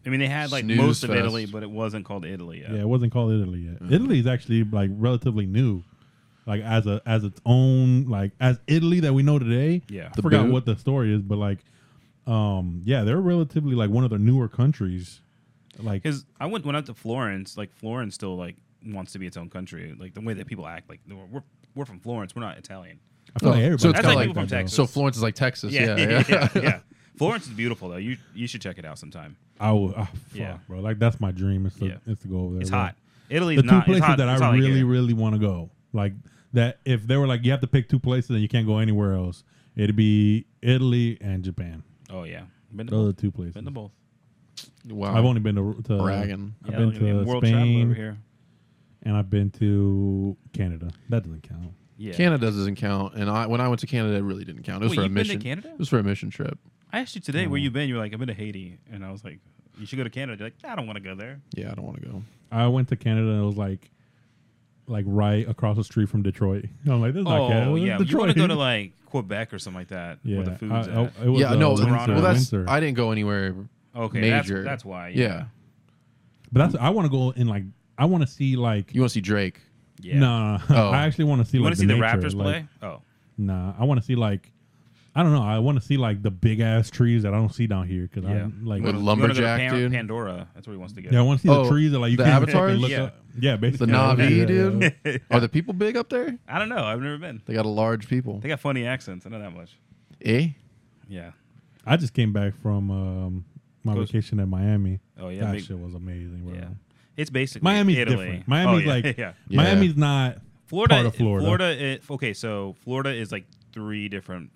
C: I mean, they had like
A: Snooze
C: most of
A: fest.
C: Italy, but it wasn't called Italy yet.
B: Yeah, it wasn't called Italy yet.
C: Mm-hmm.
B: Italy is actually like relatively new, like as a as its own like as Italy that we know today.
C: Yeah.
B: I
A: The
B: forgot
A: boot.
B: what the story is, but like, um, yeah, they're relatively like one of the newer countries. Like,
C: Because I went went out to Florence. Like Florence still like wants to be its own country. Like the way that people act. Like we're we're- we're from Florence. We're not Italian.
B: I feel
A: Oh,
B: like everybody.
A: so it's
C: That's
A: kinda
C: like
A: like
C: people from
B: that, though.
C: Texas.
A: so Florence is like Texas.
C: [LAUGHS]
A: Yeah,
C: yeah,
A: yeah.
C: yeah. Florence is beautiful though. You you should check it out sometime.
B: I would, ah, fuck,
C: Yeah.
B: bro. Like that's my dream. Is to,
C: Yeah.
B: is to go over there.
C: It's
B: bro.
C: hot. Italy's
B: The two
C: not.
B: places
C: it's hot,
B: that
C: it's
B: I
C: hot like
B: really,
C: here.
B: really want to go, like that. If they were like, you have to pick two places and you can't go anywhere else, it'd be Italy and Japan.
C: Oh yeah. Been to,
B: Those are
C: both.
B: the two places.
C: been to both.
A: [LAUGHS] Wow.
C: Uh,
B: I've only been to, to
A: bragging.
B: I've
C: Yeah,
B: been
C: look at me,
B: to
C: world travel over
B: Spain
C: here.
B: and I've been to Canada. That doesn't count.
C: Yeah.
A: Canada doesn't count, and I when I went to Canada, it really didn't count. It was
C: Wait,
A: for a
C: you've been to
A: mission.
C: Canada?
A: It was for a mission trip.
C: I asked you today where you been. You were like, I've been to Haiti, and I was like, you should go to Canada. You're like, I don't want to go there.
A: Yeah, I don't want to go.
B: I went to Canada and it was like, like right across the street from Detroit. [LAUGHS] I'm like, this is
C: oh
B: not Canada. this is
C: yeah,
B: Detroit.
C: you want to go to like Quebec or something like that,
B: [LAUGHS] yeah,
C: where the food's at.
B: I, I, it was,
A: yeah,
B: uh,
A: no.
B: Windsor,
C: Toronto.
A: Well, that's
B: Windsor.
A: I didn't go anywhere.
C: okay,
A: major.
C: That's, that's why.
A: Yeah,
B: but that's I want to go in like I want to see like
A: you want to see Drake?
B: [LAUGHS]
C: yeah.
B: nah.
A: Oh.
B: I actually want to see
C: you
B: like
C: want to see the
B: nature,
C: Raptors
B: like,
C: play? Oh,
B: Nah, I want to see like I don't know. I want to see like the big ass trees that I don't see down here because
C: yeah.
B: I'm like
A: With
C: You wanna- you wanna go to
A: lumberjack,
C: Pan-
A: dude.
C: Pandora. That's where he wants to
B: yeah, I
C: go.
B: want to see
A: Oh,
B: the trees that like you
A: the
B: can't fucking
A: avatars?
B: look
C: Yeah.
B: up. Yeah,
A: The
B: basically
A: Navi,
B: yeah,
A: dude.
C: [LAUGHS]
B: yeah.
A: Are the people big up there?
C: I don't know. I've never been.
A: They got a large people.
C: They got funny accents. I know that much.
A: Eh?
C: Yeah.
B: I just came back from um, my
C: Goes-
B: vacation at Miami.
C: Oh yeah.
B: that
C: big-
B: shit was amazing, bro.
C: yeah. It's basically
B: Uh-huh. Miami's
C: Italy.
B: different. Miami's
C: Oh, yeah,
B: like
C: [LAUGHS] yeah.
A: Yeah.
B: Miami's not
C: Florida,
B: part of Florida.
C: i- okay, so Florida is like three different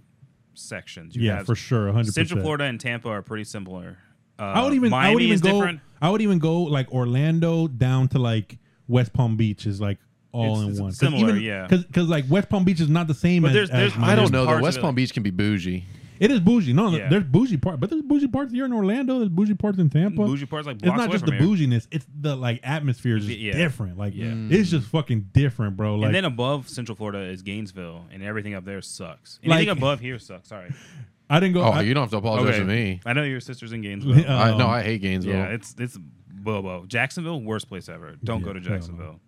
C: sections. You
B: yeah
C: have
B: for sure, hundred
C: Central
B: percent.
C: Florida and Tampa are pretty similar. Uh,
B: I would even
C: Miami
B: I would even
C: is
B: go
C: different.
B: I would even go like Orlando down to like West Palm Beach is like all
C: It's-
B: in
C: it's
B: one. 'Cause
C: similar,
B: even-
C: yeah.
B: because like West Palm Beach is not the same
C: But
B: as,
C: there's-
B: as
C: there's-
A: I
B: Miami.
A: don't know.
C: parts
A: The
C: of
A: West
C: it-
A: Palm Beach can be bougie.
B: It is bougie. No, no,
C: Yeah.
B: there's bougie part, but there's bougie parts here in Orlando. There's bougie parts in Tampa.
C: Bougie parts like
B: it's
C: blocks
B: not
C: away
B: just the
C: from here.
B: bouginess; it's the like atmosphere is just
C: Yeah.
B: different. Like
C: Yeah.
B: it's just fucking different, bro. Like
C: and then above Central Florida is Gainesville, and everything up there sucks. Anything
B: Like-
C: above here sucks. Sorry.
B: I didn't go.
A: Oh,
B: I,
A: you don't have to apologize to me.
C: I know your sister's in Gainesville.
A: [LAUGHS]
B: Uh,
A: I, no,
B: Um,
A: I hate Gainesville.
C: yeah, it's it's Bobo. Jacksonville, worst place ever. Don't
B: Yeah,
C: go to
B: hell no. [LAUGHS]
C: Jacksonville.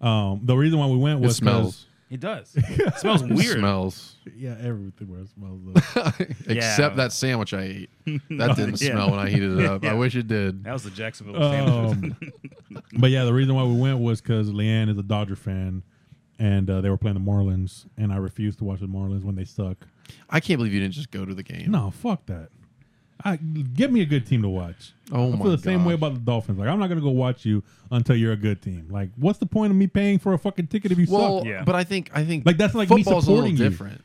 B: Um, the reason why we went
A: it
B: was 'cause-
A: smells.
C: It does. It
A: [LAUGHS]
C: smells
A: It
C: weird. [LAUGHS]
A: smells.
B: Yeah, everything where it smells. though.
A: Except that sandwich I ate. That didn't
C: [LAUGHS] Yeah.
A: smell when I heated it up.
C: [LAUGHS] Yeah.
A: I wish it did.
C: That was the Jacksonville sandwiches.
B: um, but yeah, the reason why we went was because Leanne is a Dodger fan, and uh, they were playing the Marlins, and I refused to watch the Marlins when they suck.
A: I can't believe you didn't just go to the game.
B: No, fuck that. I, give me a good team to watch.
A: Oh
B: I feel
A: my
B: the same
A: gosh.
B: way about the Dolphins. Like I'm not gonna go watch you until you're a good team. Like, what's the point of me paying for a fucking ticket if you
A: Well,
B: suck?
C: Yeah.
A: but I think I think
B: Like, that's like me
A: football's a little
B: supporting you.
A: different.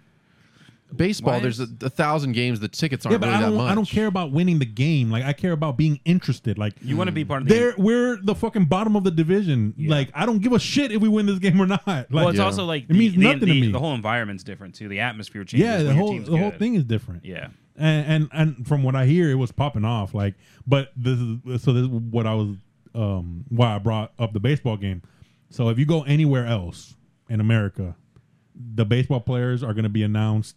A: Baseball,
C: Why
A: there's a,
C: is-
A: a thousand games. The tickets aren't
B: Yeah, but
A: really
B: I don't.
A: that much.
B: I don't care about winning the game. Like I care about being interested. Like
C: You want to be part of the
B: They're we're the fucking bottom of the division.
C: Yeah.
B: Like I don't give a shit if we win this game or not. [LAUGHS] Like,
C: Well, it's
A: Yeah.
C: also like
B: It means
C: the,
B: nothing to
C: the,
B: me.
C: The whole environment's different too. The atmosphere changes.
B: yeah,
C: when
B: the
C: your
B: whole
C: team's
B: the whole
C: good.
B: thing is different.
C: Yeah,
B: and, and and from what I hear, it was popping off. Like, but this is so this is what I was um why I brought up the baseball game. So if you go anywhere else in America, the baseball players are going to be announced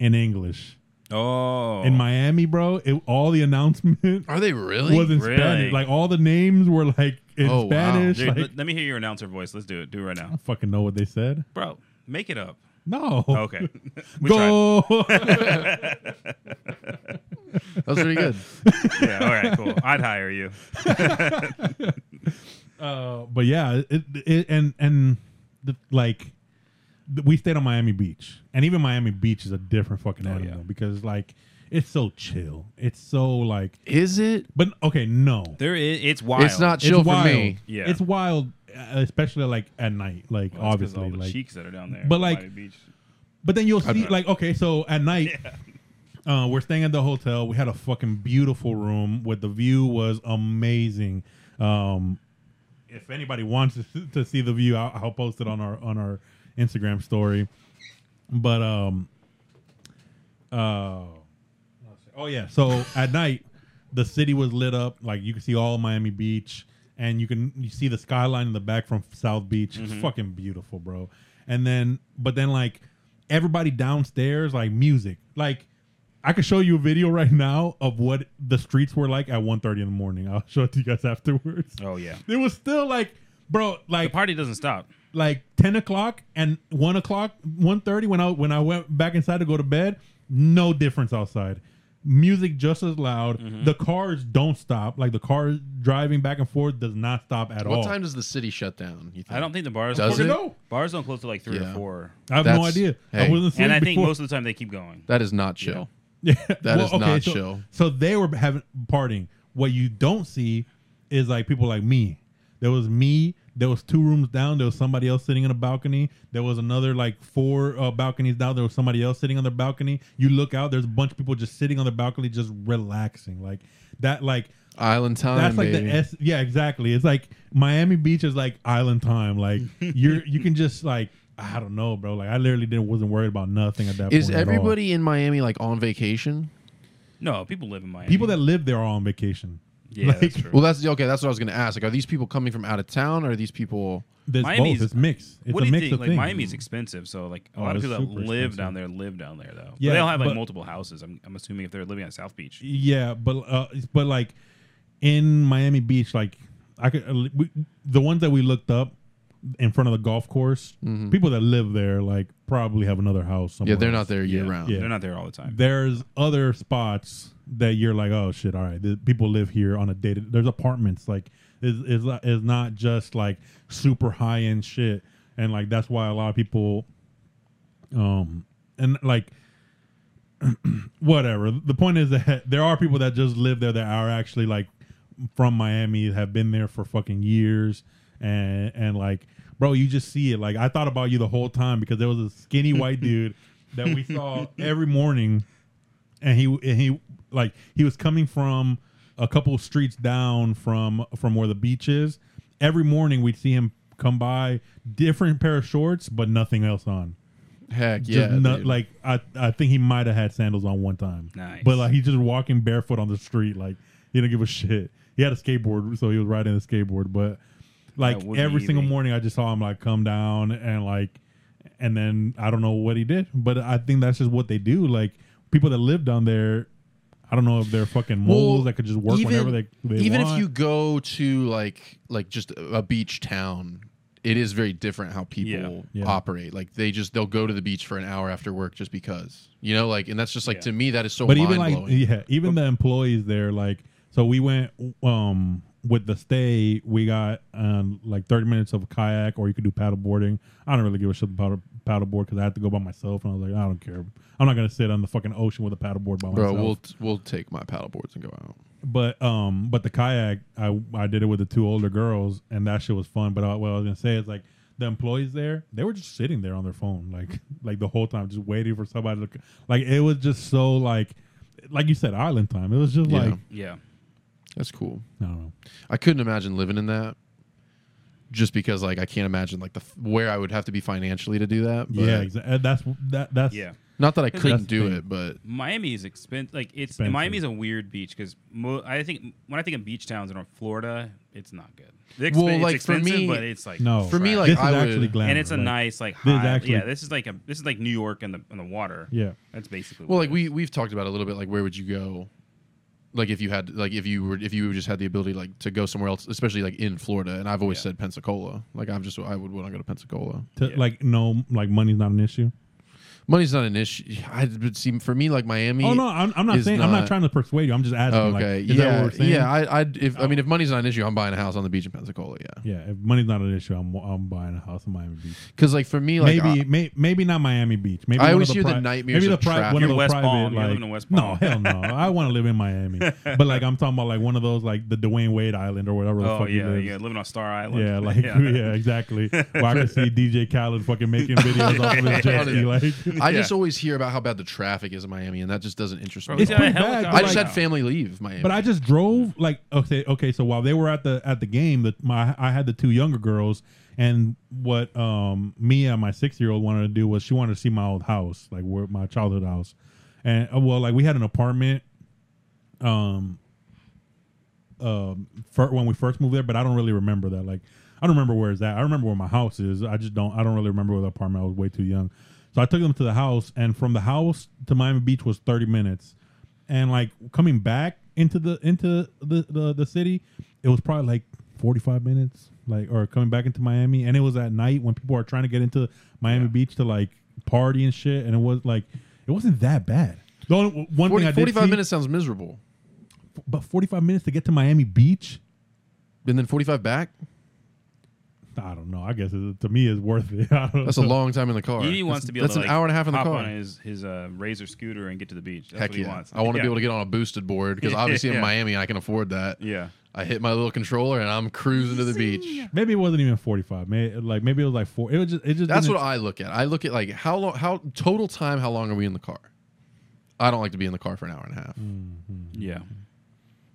B: in English.
C: Oh,
B: In Miami, bro, it, all the announcement
A: Are they really?
B: was in
C: Really?
B: Spanish. Like all the names were like in
A: Oh, wow.
B: Spanish.
C: Dude,
B: Like,
C: let, let me hear your announcer voice. Let's do it. Do it right
B: I [LAUGHS]
C: now,
B: don't fucking know what they said.
C: bro. Make it up.
B: No.
C: Okay, [LAUGHS] we
B: Go.
A: That was
B: [LAUGHS]
A: pretty good.
C: tried. Yeah, all right, cool. I'd hire you.
B: Uh, [LAUGHS] but yeah, it, it, and and the, like th- we stayed on Miami Beach, and even Miami Beach is a different fucking
C: Oh,
B: animal
C: yeah.
B: because like it's so chill. It's so like,
A: Is it?
B: but okay, no,
C: There is. It's wild.
A: It's not
B: it's
A: chill for
B: wild.
A: me.
C: Yeah.
B: it's wild, uh, especially like at night, like
C: Well, that's 'cause
B: obviously,
C: all the
B: like.
C: cheeks that are down there.
B: but,
C: in
B: like-
C: Miami Beach.
B: But then you'll see,
A: bet.
B: like, okay, so at night. Uh, we're staying at the hotel. We had a fucking beautiful room with the view was amazing. Um, if anybody wants to, to see the view, I'll, I'll post it on our on our Instagram story. But um, uh, Oh yeah. So at night, the city was lit up. Like you could see all Miami Beach, and you can you see the skyline in the back from South Beach. It's fucking beautiful, bro. And then, but then like everybody downstairs, like music. Like I could show you a video right now of what the streets were like at 1.30 in the morning. I'll show it to you guys afterwards.
C: Oh yeah.
B: It was still like, bro,
C: The
B: like
C: party doesn't stop.
B: like 10 o'clock and 1 o'clock 1.30 when i when i went back inside to go to bed no difference outside music just as loud
C: Mm-hmm.
B: the cars don't stop like the cars driving back and forth does not stop at
A: What
B: all
A: time does the city shut down? You think?
C: I don't think the bars
A: Does
B: Fucking
A: it?
B: no.
C: bars don't close till like three
A: Yeah.
C: or four.
B: i have no
A: That's-
B: idea i
A: hey.
B: wasn't
C: And
B: sleeping
C: I think
B: before.
C: most of the time they keep going.
A: That is not chill.
B: Yeah,
A: [LAUGHS] That is not
B: so,
A: chill.
B: So they were having partying. What you don't see is like people like me. There was me. There was two rooms down. There was somebody else sitting on a balcony. There was another like four uh, balconies down. There was somebody else sitting on their balcony. You look out. There's a bunch of people just sitting on the balcony, just relaxing like that. Like
A: Island time.
B: that's like
A: baby.
B: the S. Yeah, exactly. It's like Miami Beach is like island
A: [LAUGHS]
B: time. Like you're you can just like I don't know, bro. Like I literally didn't wasn't worried about nothing at that point.
A: Is
B: at all.
A: everybody in Miami like on vacation?
C: No, people live in Miami.
B: people that live there are on vacation?
C: yeah,
B: like-
C: that's true.
A: Well, that's okay. That's what I was going to ask. Like, are these people coming from out of town, or are these people?
B: [LAUGHS] There's
C: Miami's-
B: both. It's mixed. It's
C: what
B: a
C: do you
B: mix
C: think?
B: of
C: Like
B: things.
C: Miami's expensive, so like a
B: Oh,
C: lot of
B: it's
C: people that
B: super
C: live
B: expensive.
C: down there live down there though. Yeah,
B: Yeah,
C: they don't have like
B: but-
C: multiple houses. I'm, I'm assuming if they're living on South Beach.
B: Yeah, but uh, but like in Miami Beach, like I could uh, we, the ones that we looked up in front of the golf course. People that live there like probably have another house. Somewhere
A: Mm-hmm. Yeah, they're not
B: else.
A: there year
C: Yeah.
A: round.
B: Yeah.
C: They're not there all the time.
B: There's other spots that you're like, oh shit, all right. The, people live here on a day. to- There's apartments. Like is is is not just like super high end shit. And like that's why a lot of people, um, and like whatever. The point is that there are people that just live there that are actually like from Miami, have been there for fucking years, and and like, bro, you just see it. Like I thought about you the whole time because there was a skinny white dude that we saw every morning, and he and he like he was coming from a couple streets down from from where the beach is. Every morning we'd see him come by, different pair of shorts, but nothing else on
A: Heck yeah.
B: just not,
A: dude.
B: like I, I think he might have had sandals on one time.
C: Nice.
B: But like he's just walking barefoot on the street, like he didn't give a shit. He had a skateboard, so he was riding a skateboard. But like
C: That would be
B: every single
C: easy.
B: morning, I just saw him like come down and like, and then I don't know what he did, but I think that's just what they do. Like people that live down there, I don't know if they're fucking moles that could just work whenever they, they
A: even
B: want.
A: if you go to like like just a beach town it is very different how people
B: Yeah. Yeah.
A: operate like they just they'll go to the beach for an hour after work just because you know like and that's just like
C: Yeah.
A: to me that is so
B: but
A: mind
B: even like
A: blowing
B: yeah even the employees there like so we went um with the stay we got um like 30 minutes of kayak or you could do paddle boarding i don't really give a shit about paddle board because i had to go by myself and i was like i don't care i'm not gonna sit on the fucking ocean with a paddle board by
A: bro
B: myself
A: we'll we'll take my paddle boards and go out
B: but um, but the kayak, I I did it with the two older girls, and that shit was fun. But I, what I was gonna say is like the employees there, they were just sitting there on their phone, like [LAUGHS] like the whole time, just waiting for somebody to. c- Like it was just so like, like you said, island time. It was just
A: Yeah.
B: like
C: Yeah.
A: that's cool
B: I don't know.
A: i couldn't imagine living in that just because like i can't imagine like the f- where i would have to be financially to do that but
B: yeah, exactly. That's that. That's
C: Yeah.
A: not that i
B: That's
A: couldn't
B: the
A: do
B: thing.
A: it but
C: Miami is expensive. Like it's
B: Expensive.
C: Miami's a weird beach because mo- I think when I think of beach towns in Florida, it's not good. The
A: Well,
C: it's
A: like, for
C: expensive,
A: me-
C: but it's like
B: No,
A: For me,
C: trash.
A: like,
B: this
A: I
B: is
A: would-
B: actually glamorous.
C: and it's a
B: like,
C: nice like
B: this is
C: high.
B: actually-
C: yeah, this is like a, this is like New York in the in the water.
B: Yeah,
C: that's basically
A: Well,
C: what
A: like we
C: it
A: we've talked about it a little bit. Like, where would you go? Like, if you had, like, if you were, if you just had the ability, like, to go somewhere else, especially like in Florida. And I've always
C: Yeah.
A: said Pensacola. Like, I'm just, I would want to go to Pensacola.
B: to,
C: Yeah.
B: like no, like money's not an issue.
A: Money's not an issue. I would see for me, like Miami.
B: Oh no, I'm, I'm not
A: is
B: saying I'm not
A: not-
B: trying to persuade you. I'm just asking.
A: okay.
B: Like, is that
A: yeah.
B: what we're saying?
A: yeah. I, I, if I mean, if money's not an issue, I'm buying a house on the beach in Pensacola. Yeah.
B: yeah. If money's not an issue, I'm I'm buying a house in Miami Beach.
A: Because like for me, like
B: maybe
A: I-
B: may, maybe not Miami Beach. Maybe
A: I
B: one
A: always
B: of
A: hear the
B: pri-
A: nightmares
B: Maybe
A: of
B: the pri-
A: traffic.
B: one of
C: You're
B: the
C: West
B: private.
C: Palm. You're
B: like,
C: living in West
B: No,
C: Palm.
B: hell no.
C: [LAUGHS]
B: I want to live in Miami, but like I'm talking about like one of those like the Dwayne Wade Island or whatever the
C: Oh
B: fuck he
C: yeah,
B: lives.
C: yeah, living on Star Island. [LAUGHS]
B: Yeah, like [LAUGHS] yeah. exactly. Where I can see DJ Khaled fucking
C: [LAUGHS]
B: making videos off of his jet ski. Like,
A: I just always hear about how bad the traffic is in Miami, and that just doesn't interest
C: Bro,
A: me.
C: he's
A: at all.
C: got a
B: pretty bad,
C: helicopter
B: but
A: I just had
C: right now.
A: family leave Miami.
B: But I just drove like okay, okay. So while they were at the at the game, that my I had the two younger girls, and what um Mia, my six year old, wanted to do was she wanted to see my old house, like where my childhood house, and uh, well, like we had an apartment um, um, fir- when we first moved there, but I don't really remember that. Like, I don't remember where it's at. I remember where my house is. I just don't. I don't really remember where the apartment. I was way too young, so I took them to the house, and from the house to Miami Beach was thirty minutes, and like coming back into the into the the, the city, it was probably like forty five minutes. Like, or coming back into Miami, and it was at night when people are trying to get into Miami Beach to like party and shit, and it was like it wasn't that bad. The only one
A: 40,
B: thing I did
A: 45
B: see-
A: minutes sounds miserable.
B: but forty five minutes to get to Miami Beach.
A: And then 45 back?
B: I don't know. I guess it, to me it's worth it. [LAUGHS] I don't
A: That's a
B: know.
A: long time in the car.
C: He wants
A: That's-
C: to be able
A: That's
C: to
A: an
C: like,
A: hour and a half in the
C: hop
A: car.
C: on his his uh, razor scooter and get to the beach. That's
A: Heck
C: what he
A: yeah.
C: wants.
A: I want to
C: yeah.
A: be able to get on a boosted board because obviously
C: [LAUGHS] Yeah.
A: in Miami I can afford that.
C: Yeah,
A: I hit my little controller and I'm cruising to the beach.
B: Maybe it wasn't even forty five. Maybe like maybe it was like four. It was just it just
A: That's
B: didn't-
A: what I look at. I look at like how long, how total time, how long are we in the car? I don't like to be in the car for an hour and a half.
B: Mm.
C: yeah.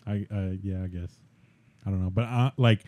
B: I, I yeah I guess I don't know. But I like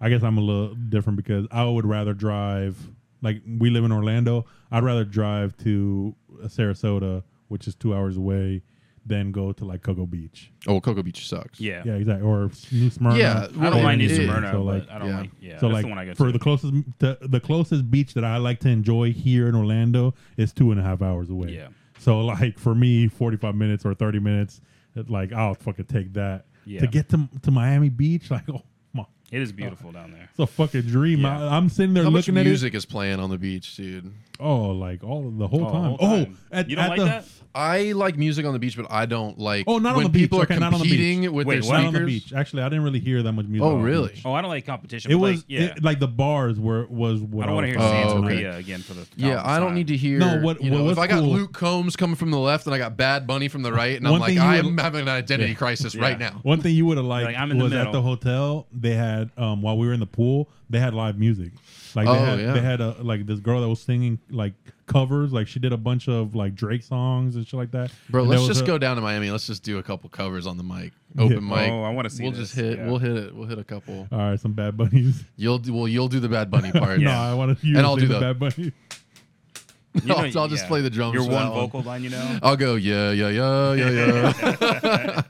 B: I guess I'm a little different because I would rather drive. Like we live in Orlando, I'd rather drive to Sarasota, which is two hours away, than go to like Cocoa Beach.
A: Oh, well, Cocoa Beach sucks.
C: yeah,
B: Yeah, exactly. Or New Smyrna.
A: Yeah,
C: I don't
A: Well,
C: mind
A: it-
C: East
A: it-
C: Smyrna,
B: So, like,
C: but I don't
A: yeah.
C: like. Yeah,
B: so
C: that's
B: like
C: the one I go
B: for
C: to.
B: the closest the, the closest beach that I like to enjoy here in Orlando is two and a half hours away.
C: Yeah.
B: So like for me, forty five minutes or thirty minutes, it, like I'll fucking take that
C: Yeah.
B: to get to to Miami Beach. Like [LAUGHS] oh my, [LAUGHS]
C: it is beautiful down there.
B: it's a fucking dream.
C: Yeah.
B: I, I'm sitting there
A: How much
B: looking at
A: music is playing on the beach, dude?
B: it. Oh, like all the whole
C: Oh,
B: time.
C: whole time.
B: Oh, at,
C: You don't
B: at
C: like
B: the,
C: that?
A: I like music on the beach, but I don't like
B: Oh, not on
A: when
B: the beach.
A: people
B: Okay,
A: are
B: not on the beach.
A: competing with
C: Wait,
A: their
C: what?
B: Not
A: sneakers.
B: on the beach. Actually, I didn't really hear that much music.
A: Oh,
B: on the
A: really?
B: beach.
C: Oh, I don't like competition.
B: It
C: but,
B: was
C: like, yeah.
B: it, like the bars were was what
C: I don't want to hear
A: Oh,
B: was-
A: okay.
C: Santeria again for the.
A: Yeah, I don't need to hear.
B: No, what-
A: you know,
B: what was
A: if I got
B: cool-
A: Luke Combs coming from the left and I got Bad Bunny from the right, and I'm
B: One
A: like,
B: thing you
A: I'm
B: would-
A: having an identity
B: Yeah. [LAUGHS]
A: crisis
C: Yeah.
A: right now.
B: One thing you would have liked
C: Like, I'm in the
B: was at
C: middle.
B: the hotel. They had um while we were in the pool, they had live music. Like they
A: Oh,
B: had
A: yeah.
B: they had a like this girl that was singing like covers. Like she did a bunch of like Drake songs and shit like that.
A: Bro,
B: And
A: let's
B: there was
A: just
B: a-
A: go down to Miami. Let's just do a couple covers on the mic. Open mic.
C: Oh, I wanna see
A: We'll
C: this.
A: just hit.
C: Yeah.
A: We'll hit it. We'll hit a couple.
B: All right, some bad bunnies. [LAUGHS]
A: You'll do. Well, you'll do the Bad Bunny part.
B: No,
C: Yeah.
B: I want to.
A: And I'll do
B: the
A: the-
B: bad [LAUGHS] bunny.
C: You know,
A: I'll, I'll just
C: yeah.
A: play the drums.
C: Your
A: for
C: one
A: that
C: vocal line, you
B: [LAUGHS]
C: know.
A: I'll go. Yeah, yeah, yeah, yeah, yeah.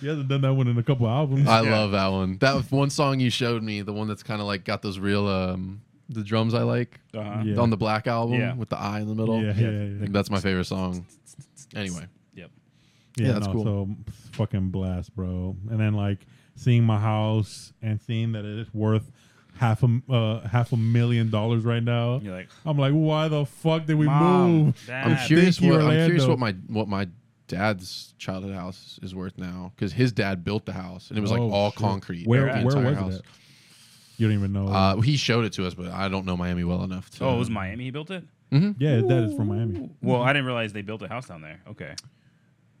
B: He hasn't done that one in a couple albums.
A: I
C: Yeah.
A: love that one. That was one song you showed me, the one that's kind of like got those real um the drums I like
C: Uh-huh.
B: Yeah.
A: on the Black album
C: Yeah.
A: with the eye in the middle.
B: yeah, yeah, yeah.
A: I think that's my favorite song. Anyway,
C: Yep.
A: Yeah, that's cool.
B: So fucking blast, bro. And then like seeing my house and seeing that it is worth half a m- uh, half a million dollars right now.
C: You're like,
B: I'm like, why the fuck did we
C: Mom,
B: move?
C: Dad.
A: I'm
C: Thank
A: curious.
B: you,
A: What, I'm curious
B: Orlando.
A: what my what my dad's childhood house is worth now because his dad built the house and it was like
B: Oh,
A: all
B: shit.
A: concrete.
B: Where
A: the
B: where
A: entire
B: was
A: house.
B: it? At? You don't even know.
A: Uh, he showed it to us, but I don't know Miami well enough. To,
C: oh, it was Miami. He built it.
B: yeah, that is from Miami.
C: Well, I didn't realize they built a house down there. Okay.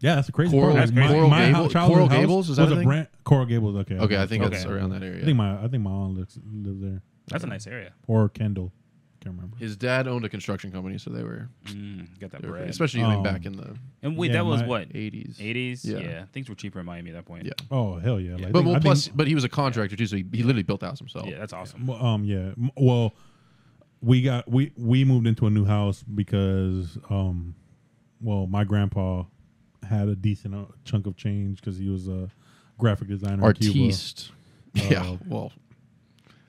B: Yeah, that's a crazy.
A: Coral-
B: part.
A: that's
B: my,
A: Coral
B: my
A: Gable-
B: hou- childhood
A: Coral
B: house
A: Gables, is that
B: was
A: a
B: a
A: thing?
B: brand. Coral Gables. Okay.
A: [LAUGHS] Okay, I think
C: Okay.
A: that's around that area.
B: I think my I think my aunt lives, lives there
C: That's a nice area.
B: or Kendall. Can't remember.
A: his dad owned a construction company, so they were,
C: Mm, got that
A: they were
C: bread.
A: pretty- especially I think,
B: Um,
A: back in the
C: and wait,
B: Yeah,
C: that was
B: my-
C: what
A: eighties.
C: 80s.
A: Yeah.
C: Yeah. things were cheaper in Miami at that point.
A: Yeah.
B: Oh hell yeah! Like, I
A: But
B: think-
A: well,
B: I
A: plus,
B: think-
A: but he was a contractor too, so he, he literally built the house himself.
C: Yeah, that's awesome.
B: M- um yeah M- well we got we we moved into a new house because um well my grandpa had a decent uh, chunk of change because he was a graphic designer in Cuba.
A: Artiste. yeah.
B: Uh,
A: Well,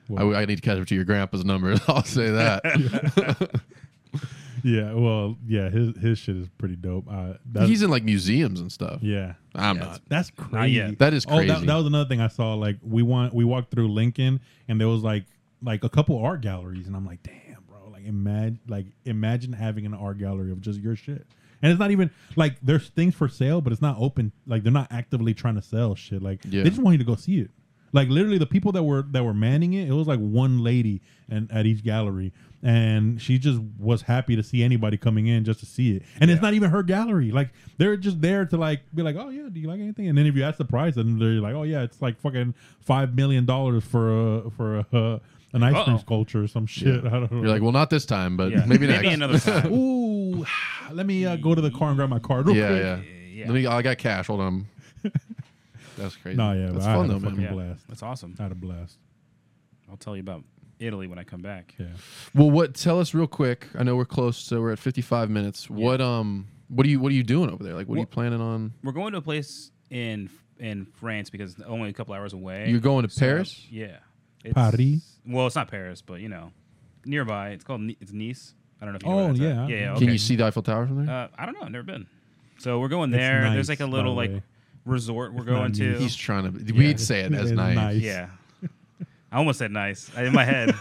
B: well-
A: I, would- I need to catch up to your grandpa's [LAUGHS] numbers. I'll
B: [LAUGHS]
A: say that.
B: yeah well yeah his his shit is pretty dope uh that's,
A: He's in like museums and stuff.
B: yeah
A: I'm
C: Yeah,
A: not.
B: That's
C: Not
B: crazy.
C: yet.
A: That is
B: Oh,
A: crazy.
B: that, that was another thing I saw. Like we want we walked through Lincoln and there was like like a couple art galleries and I'm like, damn, bro. Like imagine like imagine having an art gallery of just your shit. And it's not even like there's things for sale, but it's not open. Like they're not actively trying to sell shit. Like
A: Yeah.
B: they just want you to go see it. Like literally, the people that were that were manning it, it was like one lady and at each gallery, and she just was happy to see anybody coming in just to see it. And it's not even her gallery. Like they're just there to like be like, oh yeah, do you like anything? And then if you ask the price, and they're like, oh yeah, it's like fucking five million dollars for a for a, uh, an ice cream
C: Uh-oh.
B: sculpture or some shit. I don't know.
A: You're like, [LAUGHS] well, not this time, but
C: Yeah.
B: [LAUGHS]
A: maybe next.
C: another time.
B: ooh, [SIGHS] let me uh, go to the car and grab my card.
A: [LAUGHS]
B: real
A: yeah,
B: quick."
A: yeah,
C: Yeah.
A: Let me. I got cash. Hold on.
B: [LAUGHS]
A: That's crazy.
B: No, yeah,
A: that's
B: but I
A: fun
B: had
A: though,
B: a
A: man.
B: fucking-
C: Yeah,
B: blast.
C: That's awesome.
B: I had a blast.
C: I'll tell you about Italy when I come back.
B: Yeah.
A: Well, what? Tell us real quick. I know we're close, so we're at 55 minutes. What um, what are you what are you doing over there? Like, what are you
C: Well-
A: planning on?
C: We're going to a place in in France because it's only a couple hours away.
A: You're going to
C: So,
A: Paris?
C: Yeah. It's,
B: Paris?
C: Well, it's not Paris, but you know, nearby. It's called Ni- it's Nice. I don't know if you know
B: Oh,
C: where that's
B: yeah.
C: at. yeah. yeah,
A: Can
C: okay.
A: you see the Eiffel Tower from there?
C: Uh, I don't know. I've never been. So we're going
B: It's
C: there. There's
B: nice,
C: like a
B: by
C: little
B: the
C: like
B: way.
C: resort we're
B: It's
C: going
B: not
C: to.
A: He's trying to.
B: Yeah.
A: We'd
B: [LAUGHS]
A: say it as
B: It's
A: nice.
B: nice.
C: Yeah. I almost said nice. I- In my head,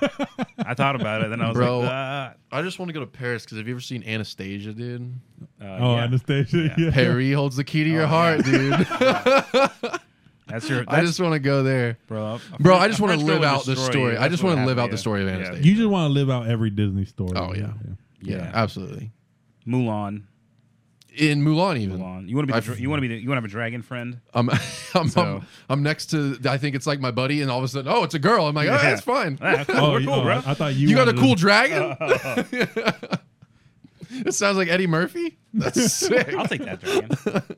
C: I thought about it. Then I was
A: Bro.
C: like, ah.
A: I just want to go to Paris because have you ever seen Anastasia, dude?
C: Uh,
B: Oh,
C: yeah.
B: Anastasia. [LAUGHS] Yeah.
C: Yeah.
A: [LAUGHS] Perry holds the key to your
C: Oh,
A: heart,
C: [LAUGHS]
A: dude.
C: That's your. That's,
A: I just want to go there.
C: bro.
A: Bro, I just wanna live out the story. I just wanna live out the story of Anastasia.
B: You just want to live out every Disney story.
A: Oh,
C: [LAUGHS]
A: yeah. Yeah,
C: Yeah.
A: absolutely.
C: Mulan.
A: In Mulan, even.
C: Mulan. You want to be. The,
A: I've-
C: dra- you want to be. The, you want to have a dragon friend.
A: I'm, [LAUGHS] I'm,
C: So-
A: I'm, I'm next to. I think it's like my buddy, and all of a sudden, oh, it's a girl. I'm like, oh,
C: Yeah.
A: it's fine.
C: Ah, cool,
B: Oh,
C: we're
B: you-
C: cool,
B: oh,
C: bro.
B: I thought you
A: You, got a
B: wanted
A: cool
B: to-
C: [LAUGHS]
A: dragon? [LAUGHS] it sounds like Eddie Murphy.
C: [LAUGHS]
A: That's sick.
C: I'll take that
B: [LAUGHS]
C: dragon.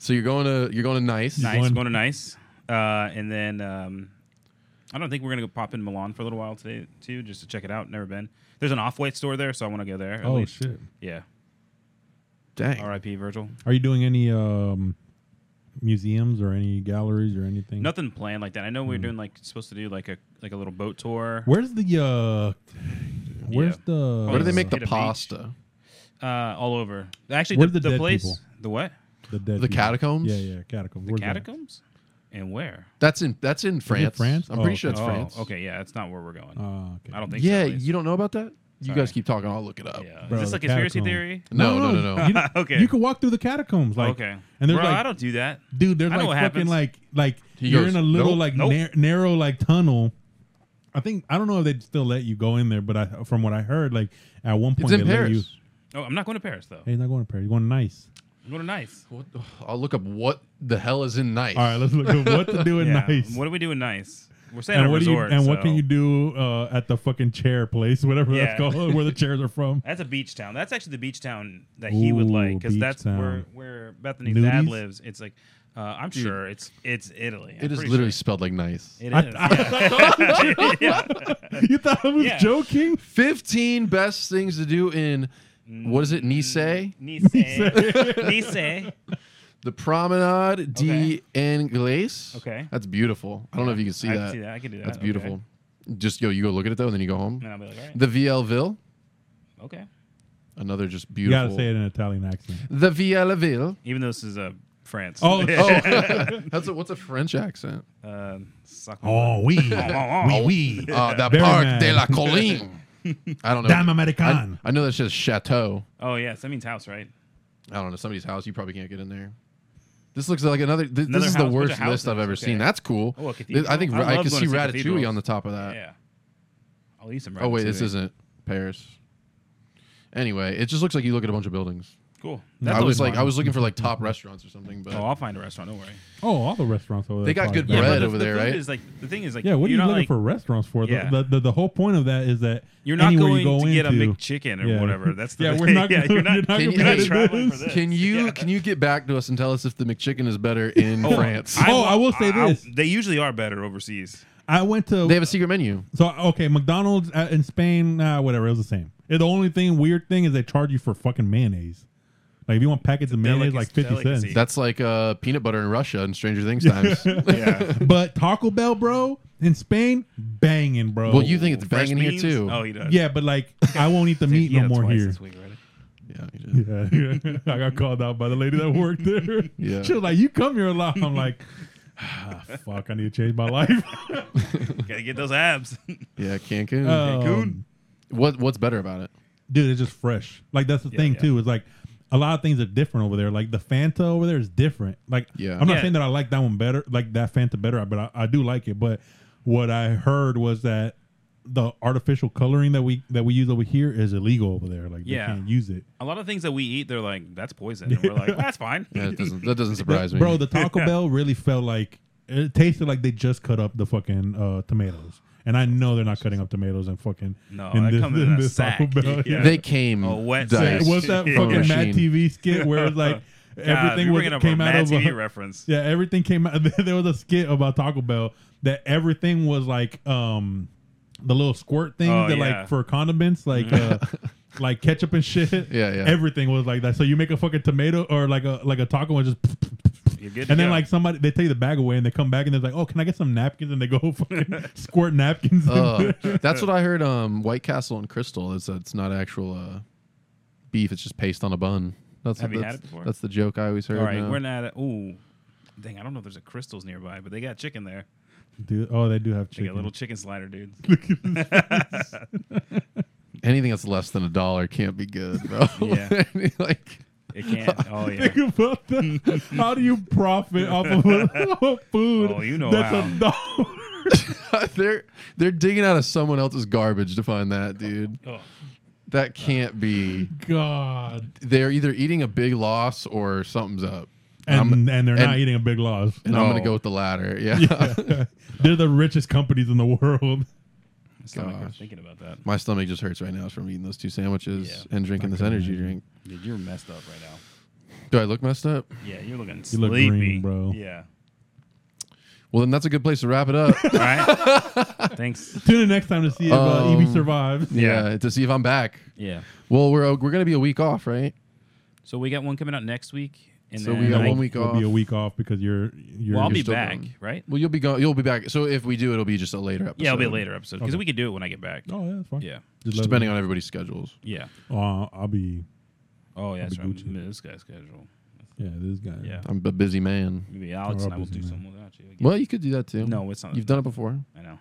A: So you're going to you're going to nice.
C: nice.
B: going-
C: Going to nice. Uh, and then um, I don't think we're gonna go pop in Milan for a little while today too, just to check it out. Never been. There's an off-white store there, so I want to go there. at
B: Oh
C: least.
B: shit.
C: Yeah.
A: Dang.
C: R.I.P. Virgil.
B: Are you doing any um, museums or any galleries or anything?
C: Nothing planned like that. I know
B: Hmm.
C: we were doing like supposed to do like a like a little boat tour.
B: Where's the uh? Where's
C: Yeah. Oh,
B: the?
A: Where do they make
C: Hit
A: the
C: a beach.
A: pasta?
C: Uh, all over. Actually,
B: Where's
C: the,
B: the
C: the
B: dead
C: place.
B: people?
C: The what?
B: the, dead
A: the
B: people?
A: catacombs?
B: Yeah, yeah, catacombs.
C: The
B: Where's that?
C: catacombs. And where?
A: That's in that's in France.
B: France?
A: I'm
B: Oh,
A: pretty sure
B: okay.
A: it's France.
C: Okay, yeah, that's not where we're going.
B: Ah, okay.
C: I don't think.
A: Yeah,
C: so, at least.
A: you don't know about that? You
C: Sorry.
A: guys keep talking. I'll look it up.
C: Yeah.
B: Bro,
C: Is this
B: the
C: like conspiracy
B: catacomb.
C: theory?
A: No,
C: [LAUGHS]
A: no, no, no.
B: You,
C: Okay.
B: You can walk through the catacombs, like,
C: okay.
B: and there's
C: Bro, I
B: like,
C: don't do that.
B: dude, there's
C: I know
B: like
C: what
B: fucking
C: happens.
B: like, like
A: He
B: you're
A: goes,
B: in a little
A: "Nope,
B: like
C: nope."
B: nar- narrow like tunnel. I think I don't know if they still let you go in there, but I, from what I heard, like at one
A: It's
B: point
A: in
B: they let you.
A: Paris.
C: Oh, I'm not going to Paris though.
B: Hey, you're not going to Paris. You're going to Nice.
C: I'm going to Nice.
A: What the- I'll look up what the hell is in Nice.
B: All right, let's look at what to do in
C: [LAUGHS] Yeah.
B: Nice.
C: What are we doing Nice? We're staying at
B: and
C: a
B: what do you,
C: resort.
B: and what can
C: so-
B: you do uh, at the fucking chair place, [LAUGHS] whatever that's
C: Yeah.
B: called, where
C: [LAUGHS]
B: the chairs are from?
C: That's a beach town. That's actually the beach town that he would
B: Ooh,
C: like because
B: beach
C: that's
B: town.
C: where where Bethany's
B: Nudies?
C: dad lives. It's like uh, I'm sure it's it's Italy. I'm
A: It is
C: pretty
A: literally
C: Sure.
A: spelled like nice.
C: It
B: I-
C: is. yeah. [LAUGHS] yeah.
B: you thought I was
C: Yeah.
B: joking?
A: 15 best things to do in what is it? Nice?
B: Mm.
A: The
C: Nice. Nice.
A: Promenade d d'Anglaise.
C: Okay.
A: That's beautiful. I don't know if you can see
C: I
A: that.
C: can see that. I can do that.
A: That's
C: Okay.
A: beautiful. Just yo, you go look at it though, and then you go home.
C: And I'll be like, all right.
A: The VL Ville,
C: okay.
A: another just
B: You gotta
A: beautiful.
B: say it in an Italian
C: [LAUGHS]
B: accent.
A: The VL
B: [LAUGHS]
A: Ville.
C: Even though this is uh, France.
B: Oh,
A: Oh, [LAUGHS] that's a, what's a French
B: [LAUGHS]
A: accent?
C: Uh, suck on
B: Oh,
C: [LAUGHS]
B: we, we, we,
A: Uh, the
B: Very
A: Parc
B: nice.
A: de la Colline.
B: [LAUGHS]
A: I don't know.
B: Dame
A: I,
B: American.
A: I know that's just chateau.
C: Oh yes, that means house, right?
A: I don't know somebody's house. You probably can't get in there. This looks like another. th- This,
C: Another
A: is
C: house,
A: the
C: bunch
A: worst
C: of houses,
A: list I've ever
C: okay.
A: seen. That's cool.
C: Oh, a
A: Th- I
C: cathedral?
A: think
C: I
A: I,
C: love
A: can
C: going
A: see
C: to see
A: Ratatouille
C: cathedrals.
A: on the top of that.
C: yeah. I'll eat some.
A: Uh, Oh wait, this
C: ratatouille.
A: isn't Paris. Anyway, it just looks like you look at a bunch of buildings.
C: cool.
A: I
C: always
A: was like,
B: mine.
A: I was looking for like top restaurants or something, but
C: Oh, I'll find a restaurant. Don't worry.
B: Oh, all the restaurants over there.
A: They got
B: probably
A: good
B: bad.
A: bread.
C: but the-
A: over
C: the
A: there,
C: food
A: right?
C: Is like the thing is like
B: Yeah, what are you
C: you're not
B: looking
C: like,
B: for restaurants for? The-
C: Yeah.
B: The, the, the whole point of that is that
C: You're not
B: anywhere
C: going
B: you go
C: to get a
B: into-
C: McChicken or
B: Yeah.
C: whatever. That's the
B: yeah,
C: thing.
B: we're not.
C: [LAUGHS] yeah, you're not.
A: [LAUGHS] Can
B: going
A: you-
B: to
A: Hey,
C: traveling for this.
A: Can you
C: Yeah.
A: can you get back to us and tell us if the McChicken is better in France?
B: I- Oh, will say this.
C: they usually are better
A: [LAUGHS]
C: overseas.
B: I went to
A: they have a secret menu.
B: So okay, McDonald's uh, in Spain, nah, whatever, it was the same. It, the only thing weird thing is they charge you for fucking mayonnaise. Like if you want packets of mayonnaise, like
C: delicacy-
B: fifty
C: delicacy.
B: cents.
A: That's like uh, peanut butter in Russia and Stranger Things
C: [LAUGHS]
A: times.
C: Yeah.
B: But Taco Bell, bro, in Spain, banging, bro.
A: Well, you think it's
C: Fresh
A: banging here
C: beans?
A: too?
C: Oh, he does.
B: yeah, but like I won't
C: [LAUGHS]
B: eat the
C: He
B: meat
C: had
B: no
C: it
B: more
C: twice
B: here.
C: this week already.
A: yeah, you do.
B: Yeah, [LAUGHS] yeah. I got called out by the lady that worked there.
A: [LAUGHS] Yeah.
B: She was like, "You come here a lot." I'm like, ah, "Fuck, I need to change my
C: [LAUGHS]
B: life."
C: Gotta get those abs. [LAUGHS]
A: yeah, Cancun.
C: Oh.
B: Um,
A: what what's better about it?
B: dude, it's just fresh. Like that's the
C: Yeah,
B: thing
C: yeah.
B: too. Is like a lot of things are different over there. Like the Fanta over there is different. Like
A: Yeah.
B: I'm not
C: Yeah.
B: saying that I like that one better, like that Fanta better, but I, I do like it. But what I heard was that the artificial coloring that we that we use over here is illegal over there. Like
C: Yeah.
B: they can't use it.
C: a lot of things that we eat, they're like, that's poison. And we're
B: [LAUGHS]
C: like, that's fine. [LAUGHS]
A: Yeah, it doesn't, that doesn't surprise me,
B: Bro, the Taco Bell really felt like it tasted like they just cut up the fucking uh, tomatoes. And I know they're not cutting up tomatoes and fucking
C: No, that comes in a sack. [LAUGHS] Yeah.
A: they came.
C: Oh, wet
A: diced.
C: Yes.
B: What's
C: [LAUGHS]
B: that
C: Yeah.
B: fucking
A: Machine.
B: Mad TV skit where
C: [LAUGHS]
B: it's like
C: God,
B: everything
C: you're
B: was,
C: bringing up
B: came
C: a
B: out
C: Mad
B: of [LAUGHS]
C: TV
B: a,
C: reference.
B: yeah everything came out [LAUGHS] there was a skit about Taco Bell that everything was like um the little squirt thing
C: Oh,
B: that
C: yeah. [LAUGHS]
B: like for condiments like uh, like ketchup and shit.
A: Yeah, yeah.
B: Everything was like that. So you make a fucking tomato or like a like a taco and just [LAUGHS]
C: You're good to
B: and then
C: go.
B: like somebody they take the bag away and they come back and they're like, "Oh, can I get some napkins?" and they go [LAUGHS] fucking squirt napkins.
C: Oh.
B: in
A: Uh, that's what I heard. Um, White Castle and Crystal is that it's not actual uh, beef; it's just paste on a bun. That's
C: Have you
A: that's,
C: had it before?
A: That's the joke I always heard.
C: all right,
A: no.
C: we're not. At, ooh, dang! I don't know if there's a crystals nearby, but they got chicken there.
B: [LAUGHS] Dude, oh, they do have
C: They
B: chicken.
C: got little chicken
B: [LAUGHS]
C: slider, dudes.
A: Anything that's less than a dollar can't be good, bro.
C: [LAUGHS]
A: [LAUGHS]
C: Yeah.
A: like
B: [LAUGHS]
C: It can't. Oh yeah.
B: Think about that. How do you profit off of a- [LAUGHS] food?
C: Oh, you know
B: that's a
C: how.
B: dollar. [LAUGHS]
A: they're they're digging out of someone else's garbage to find that, dude.
C: Oh,
A: That can't be.
B: God,
A: They're either eating a big loss or something's up.
B: and
A: I'm-
B: and they're not
A: and-
B: eating a big loss. [LAUGHS]
A: and I'm gonna go with the latter. yeah.
B: they're the richest companies in the world. [LAUGHS]
A: [LAUGHS]
C: my stomach hurts
A: Gosh.
C: thinking about that.
A: My stomach just hurts right now from eating those two sandwiches
C: Yeah.
A: and drinking this energy drink.
C: Dude, you're messed up right now.
A: Do I look messed up?
C: Yeah, you're looking
B: You
C: sleepy,
B: look green, bro.
C: Yeah.
A: Well, then that's a good place to wrap it
C: [LAUGHS]
A: up. [LAUGHS]
C: All right. Thanks.
B: Tune in next time to see if uh,
A: Um,
B: Evie survives.
A: yeah. to see if I'm back.
C: Yeah.
A: Well, we're we're gonna be a week off, right?
C: So we got one coming out next week, and
A: So
C: then
A: we got
C: I-
A: one week
B: It'll
A: off.
B: be a week off because you're you're.
C: Well, I'll be
A: still
C: back,
A: gone.
C: right?
A: Well, you'll be going. You'll be back. So if we do, it'll be just a later episode.
C: Yeah, it'll be a later episode because
B: Okay.
C: we could do it when I get back.
B: oh yeah, that's fine.
C: Yeah.
A: Just depending on everybody's schedules.
C: Yeah.
B: on. Uh, I'll be
C: Oh yeah, that's
B: be
C: right.
B: Gucci.
C: I'm- This guy's schedule.
B: yeah. This guy.
C: Yeah.
A: I'm a busy man.
C: Maybe Alex
B: Or
C: and I will
B: Apple's
C: do
B: in
C: something without you. Again.
A: Well, you could do that too.
C: No, it's not.
A: you've done it before.
C: I know.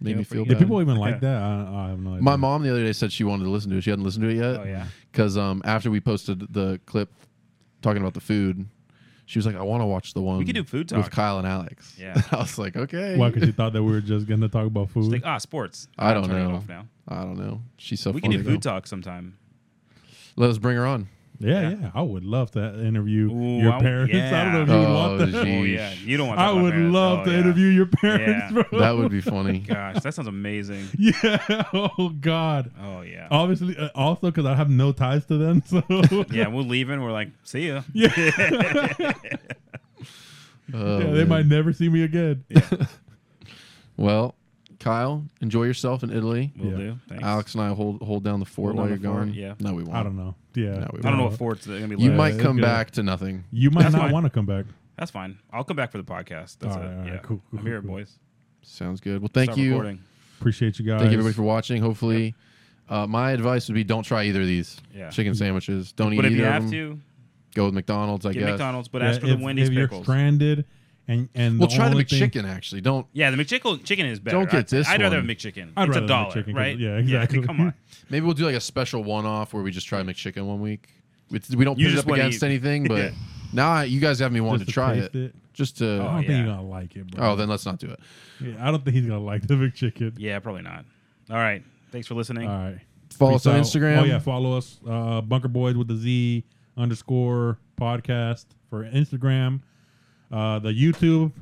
A: Made
C: Yeah,
A: me feel
C: forget
B: Did
A: bad.
C: [LAUGHS]
B: people even like that? I, I have no idea.
A: My mom the other day said she wanted to listen to it. She hadn't listened to it yet.
C: Oh yeah.
A: because um, after we posted the clip talking about the food, she was like, "I want to watch the one
C: could do food
A: Um, with
C: talk.
A: Kyle and Alex."
C: Yeah.
A: [LAUGHS] I was like, "Okay."
B: Why? Because she thought that we were just gonna talk about
C: It's
B: food.
C: like ah sports.
A: I don't
C: Turn it
A: know.
C: off now.
A: I don't know. She's so
C: we can
A: funny.
C: do
A: though.
C: food talk sometime.
A: Let us bring her
C: [LAUGHS]
A: on.
B: yeah,
C: yeah.
B: yeah, I would love to interview
C: Ooh,
B: your
C: I w-
B: parents. [LAUGHS] I don't know if you would want
A: Oh,
B: that.
A: geez.
C: Oh yeah. You don't want. To
B: I
C: talk about
B: would
C: parents.
B: love
C: Oh,
B: to
C: yeah.
B: interview your parents,
C: [LAUGHS] Yeah.
B: bro.
A: That would be funny.
C: Gosh, that sounds amazing.
B: [LAUGHS] yeah. Oh God.
C: Oh yeah.
B: Obviously, uh, also because I have no ties to them. [LAUGHS] So yeah,
C: Yeah, we're leaving. We're like,
B: [LAUGHS]
C: see ya.
A: Oh,
B: they
A: man.
B: might never see me
A: [LAUGHS]
B: again.
A: Well, Kyle, enjoy yourself in Italy.
C: [LAUGHS] We'll
B: Yeah.
C: do. Thanks.
A: Alex and I hold hold down the fort
C: Hold
A: while you're
C: down the fort,
A: gone.
C: yeah.
A: No, we won't.
B: I don't know. Yeah,
A: No, we
C: I don't know what
A: Uh,
C: forts they're gonna be.
A: You
C: left.
A: might come
B: good.
A: back to nothing.
B: You might
C: That's
B: not
C: fine.
B: want to come back.
C: That's fine. I'll come back for the podcast. That's
B: All
C: it.
B: right, all right.
C: yeah.
B: Cool, cool,
C: I'm here,
B: cool, cool.
C: boys.
A: Sounds good. Well, thank
C: Start
A: you.
C: Recording.
B: Appreciate you guys.
A: Thank you everybody for watching. Hopefully, uh, my advice would be don't try either of these
C: Yeah.
A: chicken sandwiches. Don't
C: But
A: eat
C: if you
A: either
C: have
A: of them.
C: to,
A: Go with McDonald's, I
C: get
A: guess.
C: McDonald's, but
B: Yeah,
C: ask for
B: if,
C: the Wendy's
B: if you're
C: pickles.
B: stranded and and
A: Well,
B: the
A: try the
B: only thing-
A: McChicken actually. Don't
C: Yeah, the McChicken chicken is better.
A: Don't get
C: I'd-
A: this
C: I'd rather have
A: one.
C: McChicken.
B: I'd
C: it's
B: rather
C: a
B: have
C: dollar,
B: McChicken 'cause-
C: right? [LAUGHS]
B: yeah, exactly.
C: come
B: [LAUGHS]
C: on.
A: maybe we'll do like a special one-off where we just try McChicken one week. It's, we don't
C: You
A: put it
C: just
A: up
C: wanna
A: against
C: eat.
A: anything, but
C: Yeah.
A: now I, you guys have me wanting to
B: Just to
A: try
B: taste
A: it.
B: it.
A: Just to
B: I
A: oh,
B: don't think
C: yeah.
B: you're gonna like it, bro.
A: then let's not do it.
B: Yeah, I don't think he's gonna like the McChicken.
C: Yeah, probably not. All right. Thanks for listening.
B: All right.
A: Follow
B: Peace
A: us on
B: out.
A: Instagram.
B: Oh yeah, follow us, uh, Bunker Boys with the Z underscore podcast for Instagram. Uh, the YouTube,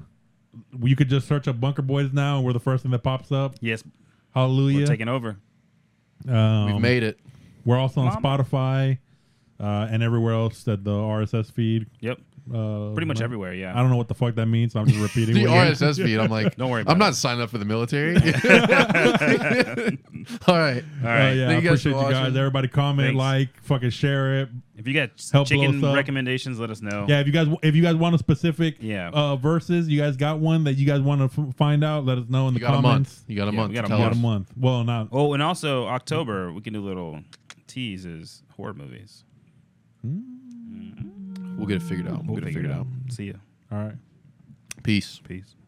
B: you could just search up Bunker Boys now, and we're the first thing that pops up.
C: Yes, we're
B: Hallelujah.
C: taking over.
B: um,
A: We've made it.
B: We're also on
C: Mom.
B: Spotify uh, and everywhere else that the RSS feed.
C: Yep.
B: Uh,
C: Pretty much
B: ma-
C: everywhere. Yeah.
B: I don't know what the fuck that means, so
A: [LAUGHS]
B: I'm just repeating.
A: The
B: what you-
A: RSS feed. I'm like,
C: [LAUGHS] Don't worry about
A: I'm
C: it.
A: not signing up for the
C: [LAUGHS]
A: military. [LAUGHS] All right.
B: Uh,
C: All right.
B: yeah, I
A: Thank you guys for
B: appreciate you guys.
A: watching.
B: Everybody comment,
C: Thanks.
B: like, fucking share it.
C: If you got
B: Help blow
C: chicken
B: us up.
C: recommendations, let us
A: Oh.
C: know.
B: Yeah, if you guys if you guys want a specific
C: Yeah.
B: uh verses, you guys got one that you guys want to f- find out, let us know in
A: You
B: the
A: got a month.
B: comments.
A: You got a
C: Yeah,
A: month.
C: we got
A: to
C: a
A: tell
B: You
A: us.
B: got a month. Well, not
C: Oh, and also October, we can do little teases, horror movies.
A: We'll get it figured out. We'll,
C: We'll
A: get
C: figure it out.
A: out.
C: See ya.
B: all right.
A: Peace.
C: Peace.